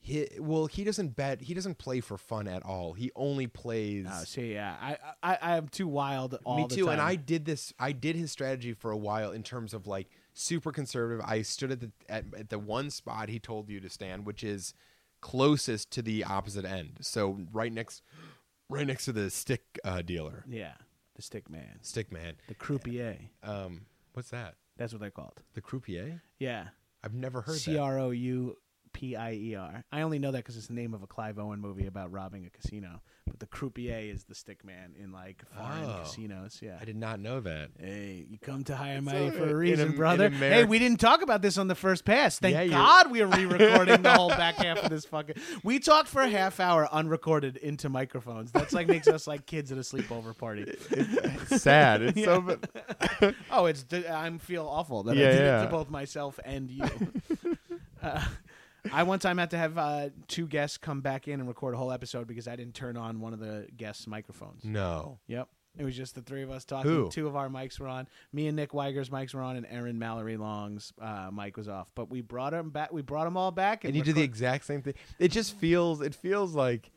C: He, well, he doesn't bet. He doesn't play for fun at all. He only plays.
B: Oh, see, yeah, I, I, I am too wild. All
C: me
B: the
C: too. And I
B: time.
C: did this. I did his strategy for a while in terms of like super conservative. I stood at the at, at the one spot he told you to stand, which is closest to the opposite end. So right next, right next to the stick uh, dealer.
B: yeah, the stick man,
C: Stick man.
B: the croupier.
C: Um, what's that?
B: That's what they're called.
C: The croupier?
B: Yeah,
C: I've never heard
B: C
C: that.
B: R O U P I E R. I only know that because it's the name of a Clive Owen movie about robbing a casino. But the croupier is the stick man in like foreign
C: Oh.
B: casinos. Yeah.
C: I did not know that.
B: Hey, you come to High and Mighty
C: So,
B: for a
C: in
B: reason,
C: Am- in
B: brother. hey,
C: Ameri-
B: we didn't talk about this on the first pass. Thank
C: Yeah, you're-
B: God we are re-recording the whole back half of this fucking. We talked for a half hour unrecorded into microphones. That's like makes us like kids at a sleepover party.
C: It's sad. It's so. bu-
B: Oh, it's I am feel awful that
C: Yeah,
B: I did it
C: yeah.
B: to both myself and you. uh, I one time had to have uh, two guests come back in and record a whole episode because I didn't turn on one of the guests' microphones.
C: No.
B: Yep. It was just the three of us talking.
C: Mm. Who?
B: Two of our mics were on. Me and Nick Weiger's mics were on, and Aaron Mallory Long's uh, mic was off. But we brought them back. We brought them all back, and,
C: And you do the
B: record-
C: exact same thing. It just feels it feels like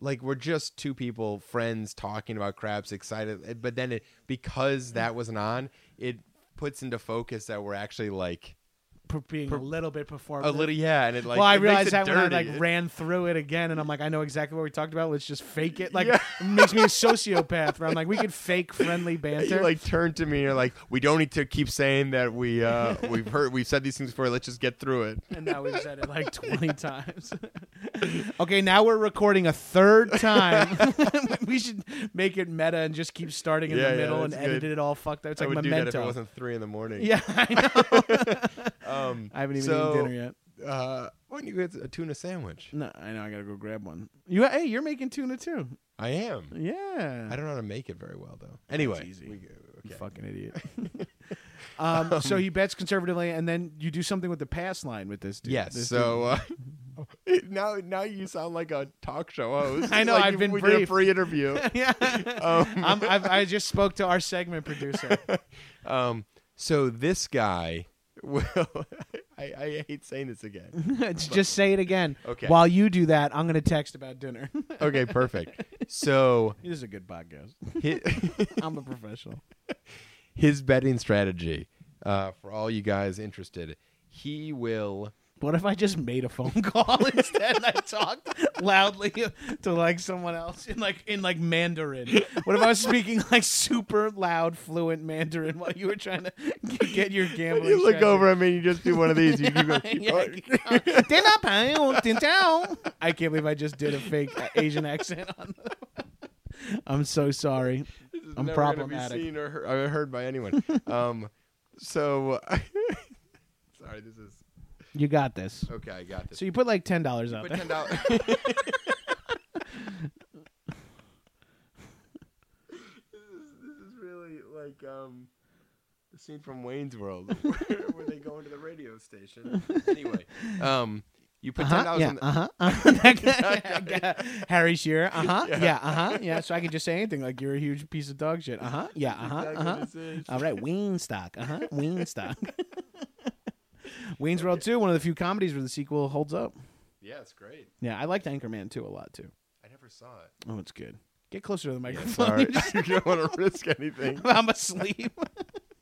C: like we're just two people, friends talking about craps, excited. eh, But then it
B: Mm.
C: because that wasn't on, it puts into focus that we're actually like
B: per- being a little bit performative.
C: a little yeah, and it like
B: well, I
C: it makes
B: realized
C: it
B: that when I
C: dirty.
B: like
C: It-
B: ran through it again, and I'm like, I know exactly what we talked about. Let's just fake it. Like, it makes me a sociopath. Where I'm like, we could fake friendly banter.
C: You like turn to me and you're like, we don't need to keep saying that we uh we've heard we've said these things before. Let's just get through it.
B: and now we've said it like 20 times. okay, now we're recording a third time. we should make it meta and just keep starting in
C: Yeah,
B: the
C: yeah,
B: middle and
C: that's
B: edit
C: good.
B: it all fucked up. It's
C: I
B: like
C: would
B: memento.
C: do that if it wasn't three in the morning.
B: yeah, I know.
C: Um,
B: I haven't even
C: so,
B: eaten dinner yet.
C: Uh, why don't you get a tuna sandwich?
B: No, I know. I gotta go grab one. You, hey, you're making tuna too.
C: I am.
B: Yeah,
C: I don't know how to make it very well though. Anyway,
B: easy.
C: we-
B: You
C: okay.
B: fucking idiot. um, so he bets conservatively, and then you do something with the pass line with this dude.
C: yes.
B: This
C: So uh, now now you sound like a talk show host.
B: I know,
C: Like
B: I've
C: you-
B: been
C: we did a
B: briefed.
C: free interview.
B: dude- yeah. I'm, I've, I just spoke to our segment producer.
C: um, so this guy. Well, I, I hate saying this again.
B: just say it again.
C: Okay.
B: While you do that, I'm gonna text about dinner.
C: Okay, perfect. So
B: this is a good podcast.
C: his,
B: I'm a professional.
C: his betting strategy, uh, for all you guys interested, he will.
B: What if I just made a phone call instead? and I talked loudly to like someone else in like in like Mandarin. What if I was speaking like super loud, fluent Mandarin while you were trying to g- get your gambling?
C: You look
B: strategy?
C: over at me and you just do one of these. You, you go,
B: Yeah, I can't- Dinner time, din town. I can't believe I just did a fake Asian accent on. The- I'm so sorry. I'm
C: never gonna be
B: problematic.
C: seen or heard, or heard by anyone. um, so, sorry, this is
B: You got this.
C: okay. I got this.
B: So you put like ten dollars up.
C: Put ten dollars. This is really like um, the scene from Wayne's World where, where they go into the radio station. Anyway, um, you put ten dollars.
B: yeah,
C: on the,
B: uh-huh, uh-huh. Harry Shearer, uh-huh, yeah, uh-huh, yeah. So I can just say anything like you're a huge piece of dog shit, uh-huh, yeah, uh-huh,
C: Exactly
B: uh-huh.
C: this is.
B: All right, Wingstock, uh-huh, Wingstock. Wayne's World 2, one of the few comedies where the sequel holds up.
C: Yeah, it's great.
B: Yeah, I liked Anchorman 2 a lot, too.
C: I never saw it.
B: Oh, it's good. Get closer to the microphone.
C: Sorry,
B: You're just-
C: you don't want to risk anything.
B: I'm asleep.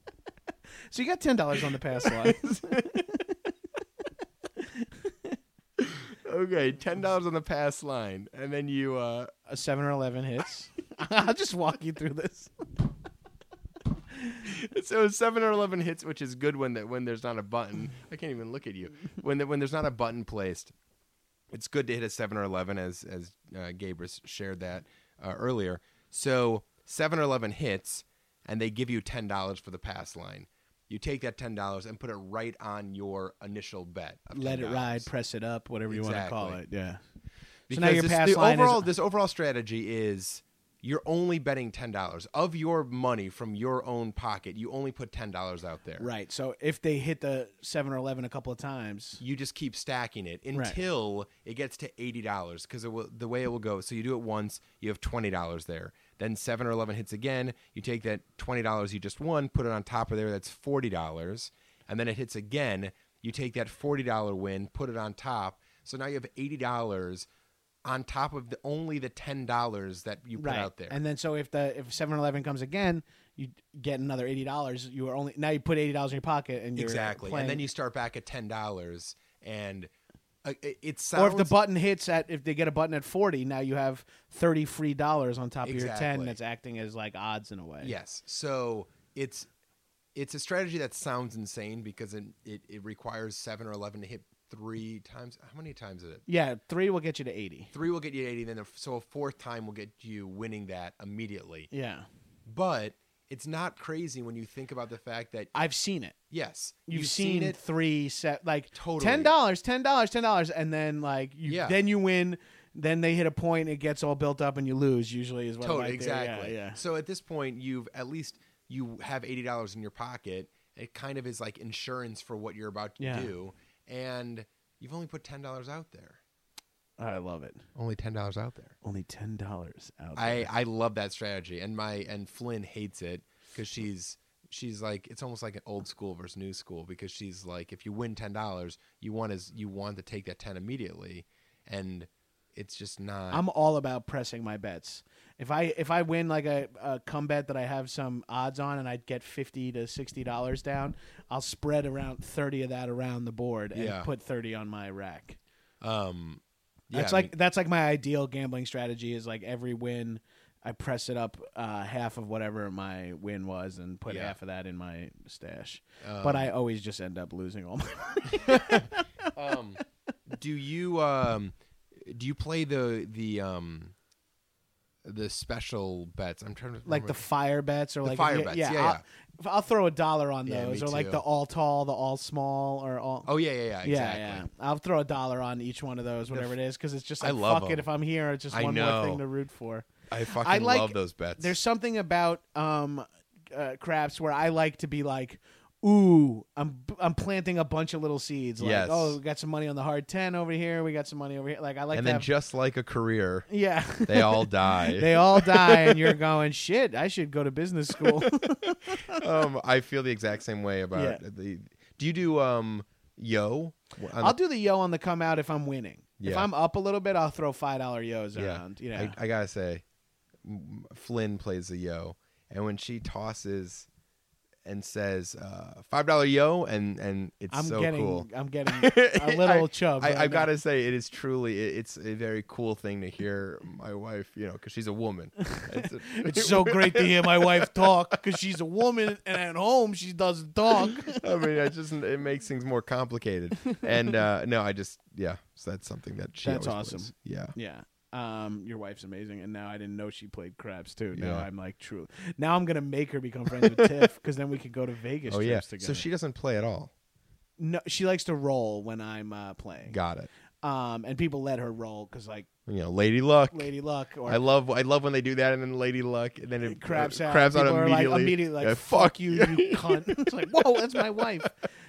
B: so you got $10 on the pass line.
C: Okay, ten dollars on the pass line, and then you. Uh,
B: a 7 or 11 hits. I'll just walk you through this.
C: so seven or eleven hits, which is good when that when there's not a button. I can't even look at you when the, when there's not a button placed. It's good to hit a seven or eleven, as as uh, Gabris shared that uh, earlier. So seven or eleven hits, and they give you ten dollars for the pass line. You take that ten dollars and put it right on your initial bet. of
B: let it
C: $10.
B: ride, press it up, whatever you want to call it.
C: Exactly.
B: Yeah.
C: Because
B: now your
C: this,
B: pass
C: the
B: line is-
C: overall, this overall strategy is you're only betting ten dollars of your money from your own pocket. You only put ten dollars out there.
B: Right. So if they hit the seven or eleven a couple of times,
C: You just keep stacking it
B: Right.
C: until it gets to eighty dollars because the way it will go. So you do it once, you have twenty dollars there. Then seven or eleven hits again. You take that twenty dollars you just won, put it on top of there. That's forty dollars, and then it hits again. You take that forty dollar win, put it on top. So now you have eighty dollars on top of the, only the ten dollars that you put
B: right
C: out there.
B: And then so if the if seven or eleven comes again, you get another eighty dollars. You are only now you put eighty dollars in your pocket and you're
C: exactly
B: playing-
C: and then you start back at ten dollars and uh, it, it sounds
B: or if the button hits at if they get a button at forty, now you have thirty free dollars on top of your ten
C: Exactly.
B: that's acting as like odds in a way.
C: yes so it's it's a strategy that sounds insane because it, it it requires seven or eleven to hit three times how many times is it
B: Yeah, three will get you to eighty.
C: three will get you to 80 then the, so a fourth time will get you winning that immediately
B: Yeah.
C: but it's not crazy when you think about the fact that
B: I've seen it.
C: yes
B: You've, seen,
C: it
B: three set like
C: Totally.
B: ten dollars, ten dollars, ten dollars, and then like you,
C: Yeah.
B: then you win. Then they hit a point, it gets all built up, and you lose. Usually is what
C: Totally,
B: like, they- yeah,
C: exactly.
B: Yeah,
C: So at this point, you've at least you have eighty dollars in your pocket. It kind of is like insurance for what you're about to
B: Yeah.
C: do, and You've only put ten dollars out there.
B: I love it.
C: Only ten dollars out there.
B: Only ten dollars out.
C: I I love that strategy, and my and Flynn hates it because she's she's like it's almost like an old school versus new school because she's like if you win ten dollars, you want is you want to take that ten immediately, and it's just not.
B: I'm all about pressing my bets. If I if I win like a, a come bet that I have some odds on and I get fifty to sixty dollars down, I'll spread around thirty of that around the board and
C: Yeah.
B: put thirty on my rack.
C: um, yeah,
B: that's
C: I
B: like
C: mean,
B: that's like my ideal gambling strategy is like every win I press it up uh, half of whatever my win was and put
C: Yeah.
B: half of that in my stash. but I always just end up losing all my
C: um, do you um, do you play the the um, the special bets? I'm trying to
B: like
C: remember-
B: the fire bets or like
C: fire bets, yeah,
B: I'll,
C: yeah.
B: if I'll throw a dollar on
C: Yeah,
B: those
C: me
B: or like
C: too.
B: the all tall, the all small or all
C: Oh yeah, yeah, yeah, exactly.
B: Yeah, yeah. I'll throw a dollar on each one of those, whatever it is, because it's just
C: I
B: like
C: love
B: fuck it.
C: them.
B: If I'm here, it's just
C: I
B: one more
C: know.
B: thing to root for.
C: I fucking
B: I like-
C: love those bets.
B: There's something about um, uh, craps where I like to be like, ooh, I'm I'm planting a bunch of little seeds. Like,
C: Yes.
B: oh, we got some money on the hard ten over here. We got some money over here. Like I like
C: and
B: to
C: then
B: have,
C: just like a career,
B: yeah.
C: they all die.
B: They all die, and you're going shit. I should go to business school.
C: um, I feel the exact same way about
B: Yeah.
C: the. Do you do um yo?
B: I'll do the yo on the come out if I'm winning. If
C: Yeah.
B: I'm up a little bit, I'll throw five dollar yos
C: yeah.
B: around. You know,
C: I, I gotta say, m- Flynn plays the yo, and when she tosses and says uh, five dollar yo, and and it's
B: I'm
C: so
B: getting
C: cool.
B: I'm getting a little
C: I-
B: chub.
C: I,
B: right
C: I've
B: now.
C: got to say, it is truly it, it's a very cool thing to hear my wife, you know, because she's a woman. It's, a-
B: It's so great to hear my wife talk because she's a woman and at home she doesn't talk.
C: I mean, it just it makes things more complicated. And uh, no, I just yeah, so that's something that she.
B: That's
C: always
B: awesome.
C: plays. Yeah.
B: Yeah. Um, your wife's amazing, and now I didn't know she played craps too. Now
C: Yeah.
B: I'm like, true. Now I'm gonna make her become friends with Tiff because then we could go to Vegas
C: Oh
B: trips
C: yeah.
B: together.
C: So she doesn't play at all.
B: no, she likes to roll when I'm uh, playing.
C: Got it.
B: um, and people let her roll because like
C: You know, Lady Luck.
B: Lady Luck or
C: I love I love when they do that and then Lady Luck and then it
B: craps
C: uh,
B: out.
C: crabs out
B: People are
C: immediately.
B: Like, immediately like,
C: Yeah,
B: fuck you, you cunt. It's like, whoa, that's my wife.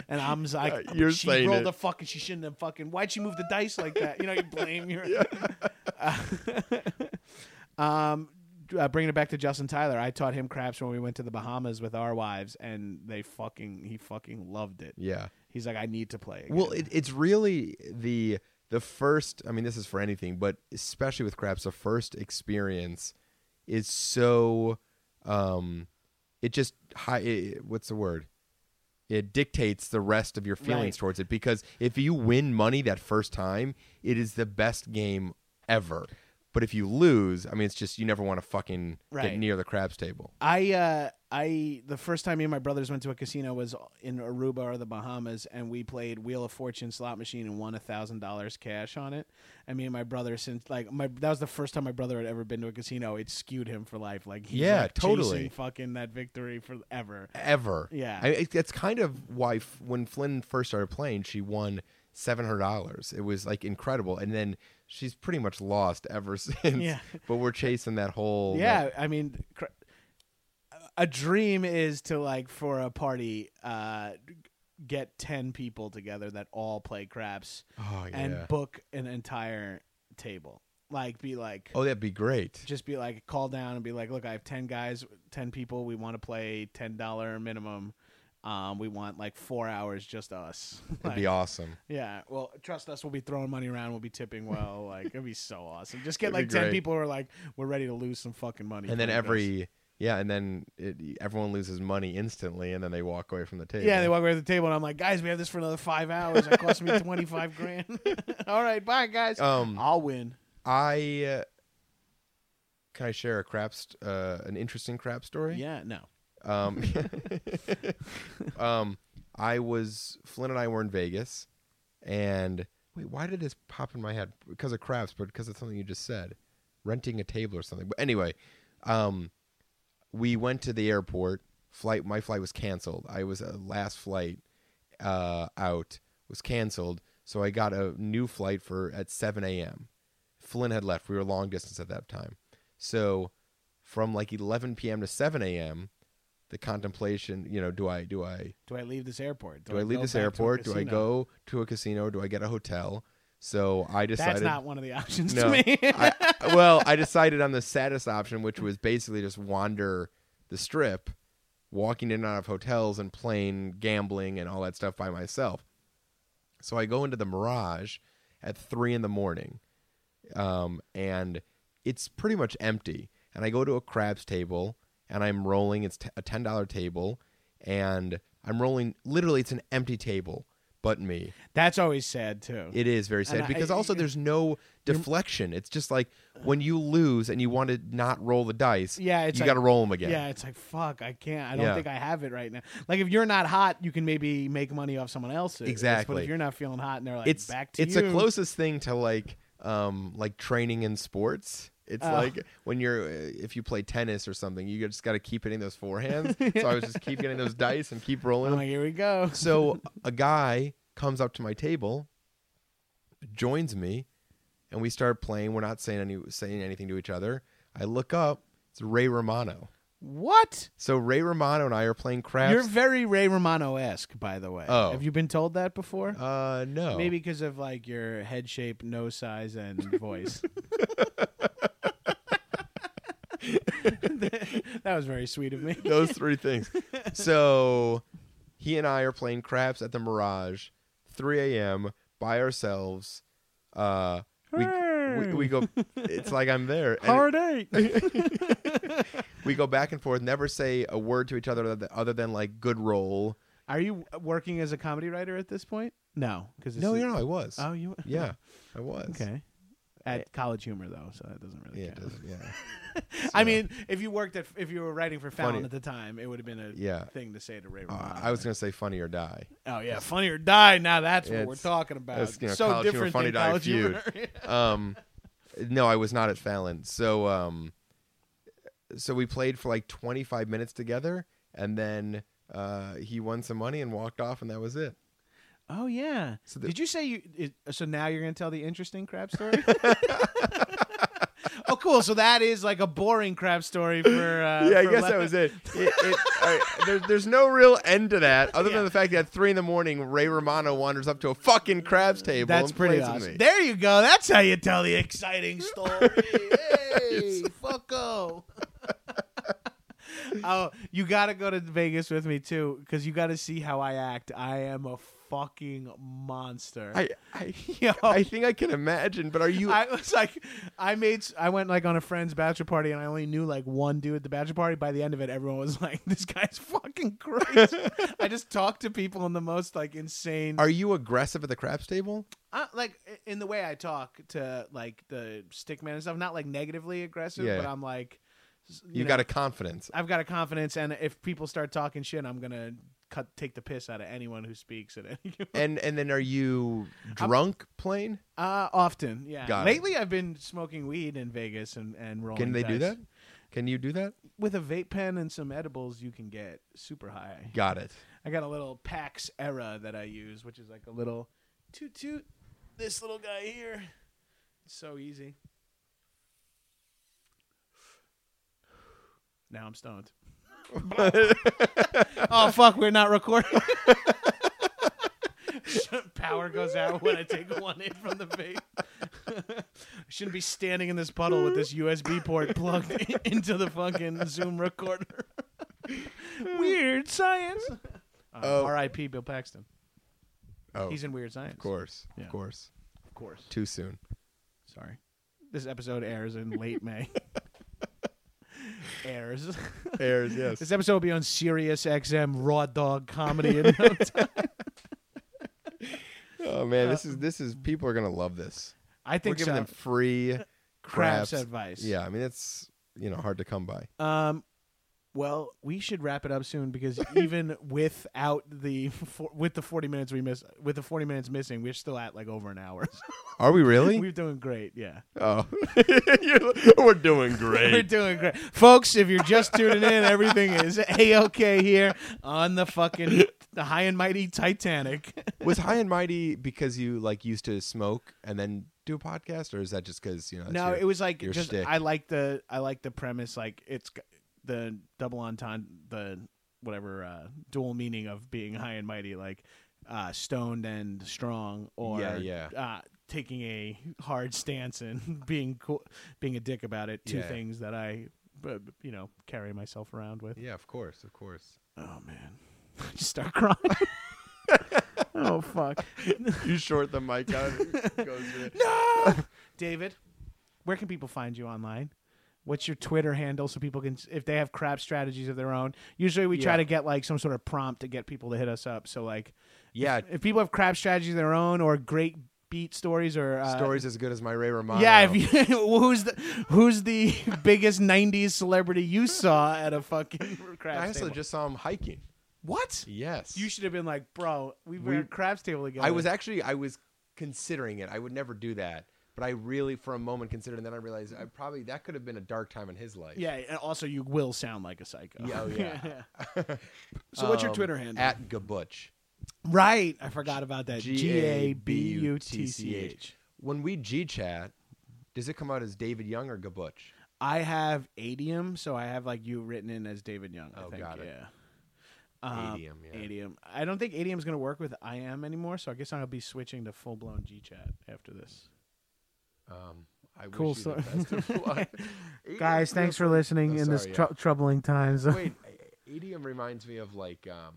B: And I'm just like,
C: Yeah, you're
B: she
C: saying
B: rolled
C: it.
B: a fucking, she shouldn't have fucking, why'd she move the dice like that? You know, you blame your. um, uh, bringing it back to Justin Tyler, I taught him craps when we went to the Bahamas with our wives, and they fucking, he fucking loved it.
C: Yeah.
B: He's like, I need to play. Again.
C: Well, it, it's really the the first. I mean, this is for anything, but especially with craps, the first experience is so. Um, it just high. It, what's the word? It dictates the rest of your
B: Right.
C: feelings towards it because if you win money that first time, it is the best game ever. But if you lose, I mean, it's just you never want to fucking
B: Right.
C: get near the craps table.
B: I uh I the first time me and my brothers went to a casino was in Aruba or the Bahamas, and we played Wheel of Fortune slot machine and won a thousand dollars cash on it. And me and my brother since like my that was the first time my brother had ever been to a casino. It skewed him for life. Like he's,
C: Yeah,
B: like,
C: totally.
B: chasing fucking that victory forever.
C: ever.
B: Yeah.
C: I, it, that's kind of why f- when Flynn first started playing, she won seven hundred dollars. It was like incredible, and then she's pretty much lost ever since.
B: Yeah.
C: but we're chasing that whole
B: Yeah, I mean, cr- a dream is to like for a party uh get ten people together that all play craps
C: oh yeah.
B: and book an entire table. Like be like
C: oh, that'd be great.
B: just be like call down and be like look i have 10 guys 10 people we want to play $10 minimum um, we want like four hours just us
C: It'd be
B: Like,
C: awesome.
B: yeah well trust us we'll be throwing money around we'll be tipping well like it'd be so awesome just get
C: It'd be
B: like 10
C: great.
B: people who are like we're ready to lose some fucking money
C: And then
B: playing
C: every yeah, and then it, everyone loses money instantly, and then they walk away from the
B: this.
C: table.
B: yeah they walk away at the table and i'm like guys we have this for another five hours that cost me 25 grand all right bye guys
C: Um,
B: i'll win
C: I uh, can I share a crap st- uh, an interesting crap story?
B: yeah no
C: Um, um, I was Flynn and I were in Vegas, and wait, why did this pop in my head? Because of crafts, but because of something you just said, renting a table or something. But anyway, um, we went to the airport. Flight, my flight was canceled. I was uh, last flight uh, out was canceled, so I got a new flight for at 7 a.m. Flynn had left. We were long distance at that time, so from like 11 p.m. to 7 a.m. the the contemplation. You know, do I do I
B: Do I leave this airport?
C: do I leave
B: go
C: this
B: back to a
C: airport? Do I
B: casino?
C: go to a casino? Do I get a hotel? So I decided
B: That's not one of the options
C: no.
B: to me.
C: I- well, I decided on the saddest option, which was basically just wander the strip, walking in and out of hotels and playing gambling and all that stuff by myself. So I go into the Mirage at three in the morning, um, and it's pretty much empty. And I go to a crabs table, and I'm rolling. It's t- a ten dollar table, and I'm rolling. Literally, it's an empty table, but me.
B: That's always sad too.
C: It is very sad
B: I-
C: because also there's no deflection. It's just like when you lose and you want to not roll the dice.
B: Yeah, it's
C: you
B: like-
C: got to roll them
B: yeah.
C: again.
B: it's like fuck. I can't. I don't
C: Yeah.
B: think I have it right now. Like if you're not hot, you can maybe make money off someone else's. But
C: Exactly.
B: if you're not feeling hot, and they're like,
C: it's
B: back to
C: it's
B: you.
C: the closest thing to like um like training in sports. It's
B: Oh.
C: like when you're uh, if you play tennis or something, you just got to keep hitting those forehands. so I was just keep getting those dice and keep rolling.
B: I'm
C: them.
B: like, here we go.
C: so a guy comes up to my table, joins me, and we start playing. We're not saying any saying anything to each other. I look up. It's Ray Romano.
B: What?
C: So Ray Romano and I are playing craps.
B: You're very Ray Romano esque, by the way.
C: Oh.
B: Have you been told that before?
C: uh, no.
B: Maybe because of like your head shape, nose size, and voice. that was very sweet of me.
C: those three things. So he and I are playing craps at the Mirage, 3 a.m. by ourselves. Uh, we, we we go. It's like I'm there. And
B: Hard eight.
C: we go back and forth. Never say a word to each other other than- other than like good roll.
B: Are you working as a comedy writer at this point? No, because
C: No, you know I was.
B: Oh, you
C: yeah, I was.
B: Okay. At College Humor though, so that doesn't really
C: Yeah, it
B: count.
C: doesn't- yeah.
B: I mean, if you worked at if you were writing for Fallon
C: Funny.
B: at the time, it would have been a
C: Yeah.
B: thing to say to Ray.
C: Uh,
B: Romano.
C: I was gonna say funny or die.
B: Oh yeah, funny or die. Now that's what
C: Yeah,
B: we're
C: it's-
B: talking about.
C: that's, you know,
B: so
C: College Humor,
B: different
C: Funny
B: than
C: Die
B: college
C: feud.
B: humor.
C: um no i was not at fallon so um so we played for like 25 minutes together and then uh he won some money and walked off and that was it
B: oh yeah.
C: So the-
B: Did you say you? It, so now you're gonna tell the interesting crab story? oh, cool. So that is like a boring crab story for. Uh,
C: yeah i
B: for
C: guess
B: le-
C: that was it, it, it all right, there, there's no real end to that other
B: Yeah.
C: than the fact that at three in the morning ray romano wanders up to a fucking crabs table
B: That's
C: and
B: pretty
C: plays with
B: awesome.
C: me.
B: There you go. That's how you tell the exciting story. hey, fucko. oh, you got to go to Vegas with me too, because you got to see how I act. I am a fucking monster.
C: I, I,
B: Yo.
C: I think I can imagine, but are you?
B: I was like, I made, s- I went like on a friend's bachelor party, and I only knew like one dude at the bachelor party. By the end of it, everyone was like, "This guy's fucking crazy." I just talked to people in the most like insane,
C: are you aggressive at the craps table?
B: I, like i- in the way I talk to like the stick man and stuff. Not like negatively aggressive,
C: Yeah.
B: but I'm like, s-
C: You,
B: know,
C: got a confidence.
B: I've got a confidence, and if people start talking shit, I'm gonna cut take the piss out of anyone who speaks at any.
C: And and then are you drunk playing?
B: Uh, often, yeah.
C: Got it.
B: Lately, I've been smoking weed in Vegas and and rolling.
C: Can they do
B: dice.
C: that? Can you do that?
B: with a vape pen and some edibles, you can get super high.
C: Got it.
B: I got a little Pax Era that I use, which is like a little toot toot. This little guy here, it's so easy. Now I'm stoned. oh fuck, we're not recording. Power goes out when I take one in from the vape. I shouldn't be standing in this puddle with this USB port plugged into the fucking Zoom recorder. Weird science. Uh,
C: Oh.
B: R.I.P. Bill Paxton.
C: Oh,
B: He's in Weird Science.
C: of course,
B: Yeah.
C: of course.
B: Of course.
C: Too soon.
B: Sorry. This episode airs in late May. airs.
C: Airs, yes.
B: this episode will be on Sirius XM Raw Dog Comedy in no time.
C: oh man, this is this is people are gonna love this.
B: I
C: We're
B: uh, think
C: giving
B: so.
C: them free
B: Craps
C: craps
B: advice.
C: Yeah, I mean it's you know hard to come by.
B: Um, well, we should wrap it up soon because even without the for, with the forty minutes we miss with the forty minutes missing, we're still at like over an hour.
C: Are we really?
B: we're doing great. Yeah.
C: oh, we're doing
B: We're
C: great.
B: doing great. Folks, if you're just tuning in, everything is A-OK here on the fucking the high and mighty Titanic.
C: Was high and mighty because you like used to smoke and then do a podcast, or is that just because you know? that's
B: no,
C: your-
B: it was like
C: your
B: just
C: shtick.
B: I like the I like the premise like it's g- the double entendre the whatever uh, dual meaning of being high and mighty, like uh, stoned and strong, or
C: Yeah, yeah.
B: Uh, taking a hard stance and being co- being a dick about it. Two
C: Yeah.
B: things that I, uh, you know, carry myself around with.
C: Yeah, of course, of course.
B: Oh man, I just start crying. oh fuck,
C: You short the mic out. it goes in.
B: David, where can people find you online? What's your Twitter handle so people can, if they have crap strategies of their own? Usually we try
C: Yeah.
B: to get like some sort of prompt to get people to hit us up. So like,
C: Yeah,
B: if people have crap strategies of their own or great beat stories or uh,
C: stories as good as my Ray Romano.
B: Yeah, if you, who's the who's the biggest '90s celebrity you saw at a fucking crap
C: I also
B: table?
C: just saw him hiking.
B: what?
C: Yes,
B: You should have been like, bro, we were
C: We-
B: at a craps table together.
C: I was actually I was considering it. I would never do that, but I really, for a moment, considered, and then I realized I probably that could have been a dark time in his life.
B: Yeah, and also you will sound like a psycho.
C: Yeah, oh, yeah.
A: So what's your
C: Um,
A: Twitter handle?
C: At Gabutch.
B: right. I forgot about that.
C: G A B U T C H. When we G chat, does it come out as David Young or Gabutch?
B: I have adium, so I have like you written in as David Young. I
C: Oh,
B: think.
C: got it.
B: Yeah. Um,
C: Adium, yeah.
B: Adium. I don't think Adium's going to work with I am anymore, so I guess I'll be switching to full blown G chat after this.
C: Um, I
B: Cool
C: wish you the
B: story.
C: best of luck.
B: Guys, thanks for listening
C: I'm
B: in this
C: sorry,
B: trou- troubling times.
C: Wait, idiom reminds me of like um,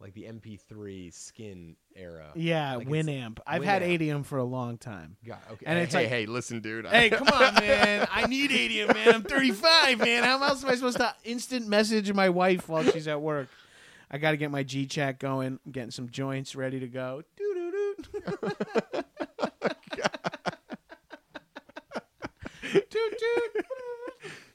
C: like the MP3 skin era.
B: yeah,
C: Like it's-
B: Winamp. I've had
C: Winamp.
B: Adium for a long time.
C: God, okay.
B: And
C: hey,
B: it's
C: hey,
B: like-
C: hey, listen, dude. I-
B: Hey, come on, man. I need Adium, man. I'm 35, man. How else am I supposed to instant message my wife while she's at work? I got to get my G chat going. I'm getting some joints ready to go. Doo doo doo. Toot toot.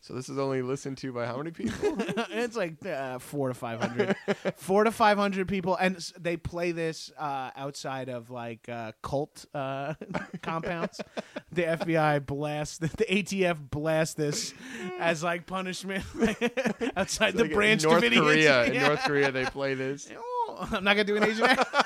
C: So this is only listened to by how many people?
B: it's like uh, four to five hundred, four to five hundred people, and s- they play this uh, outside of like uh, cult uh, compounds. The FBI blasts the, ATF blasts this as like punishment outside the
C: Like,
B: branch.
C: in North
B: Davidians.
C: Korea. In
B: Yeah.
C: North Korea, they play this.
B: Oh, I'm not gonna do an Asian accent.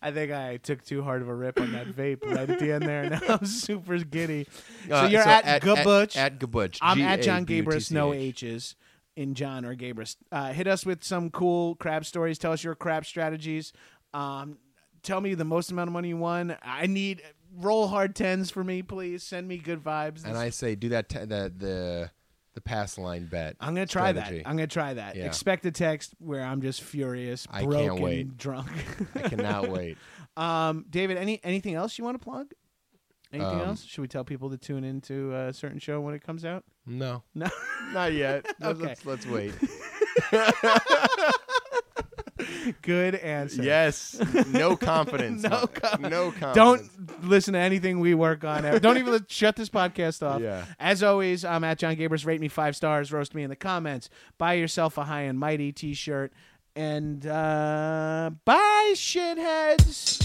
B: I think I took too hard of a rip on that vape right at the end there, and I'm super giddy. so you're at, Gabutch.
C: Uh, At, Gabutch.
B: I'm at John Gabris,
C: Gabrus.
B: no H's in John or Gabris. Uh, hit us with some cool crab stories. Tell us your crab strategies. Um, tell me the most amount of money you won. I need roll hard tens for me, please. Send me good vibes.
C: And I say, do that. T- the the the pass line bet.
B: am gonna try
C: strategy.
B: that. I'm gonna try that.
C: Yeah.
B: Expect a text where I'm just furious,
C: I can't
B: broken,
C: wait.
B: drunk.
C: I cannot wait.
B: um, David, any anything else you want to plug? Anything
C: Um,
B: else? Should we tell people to tune into a certain show when it comes out?
C: No,
B: No.
C: not yet.
B: Okay.
C: let's, let's wait.
B: good answer.
C: yes, no confidence.
B: No
C: confidence. No confidence.
B: don't listen to anything we work on. ever. Don't even let- shut this podcast off.
C: Yeah.
B: As always, I'm at John Gabers. Rate me five stars. Roast me in the comments. Buy yourself a high and mighty T-shirt. And uh, bye, shitheads.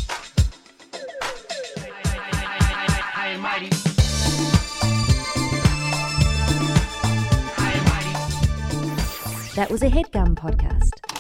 D: I am mighty. I am mighty.
E: That was a headgum podcast.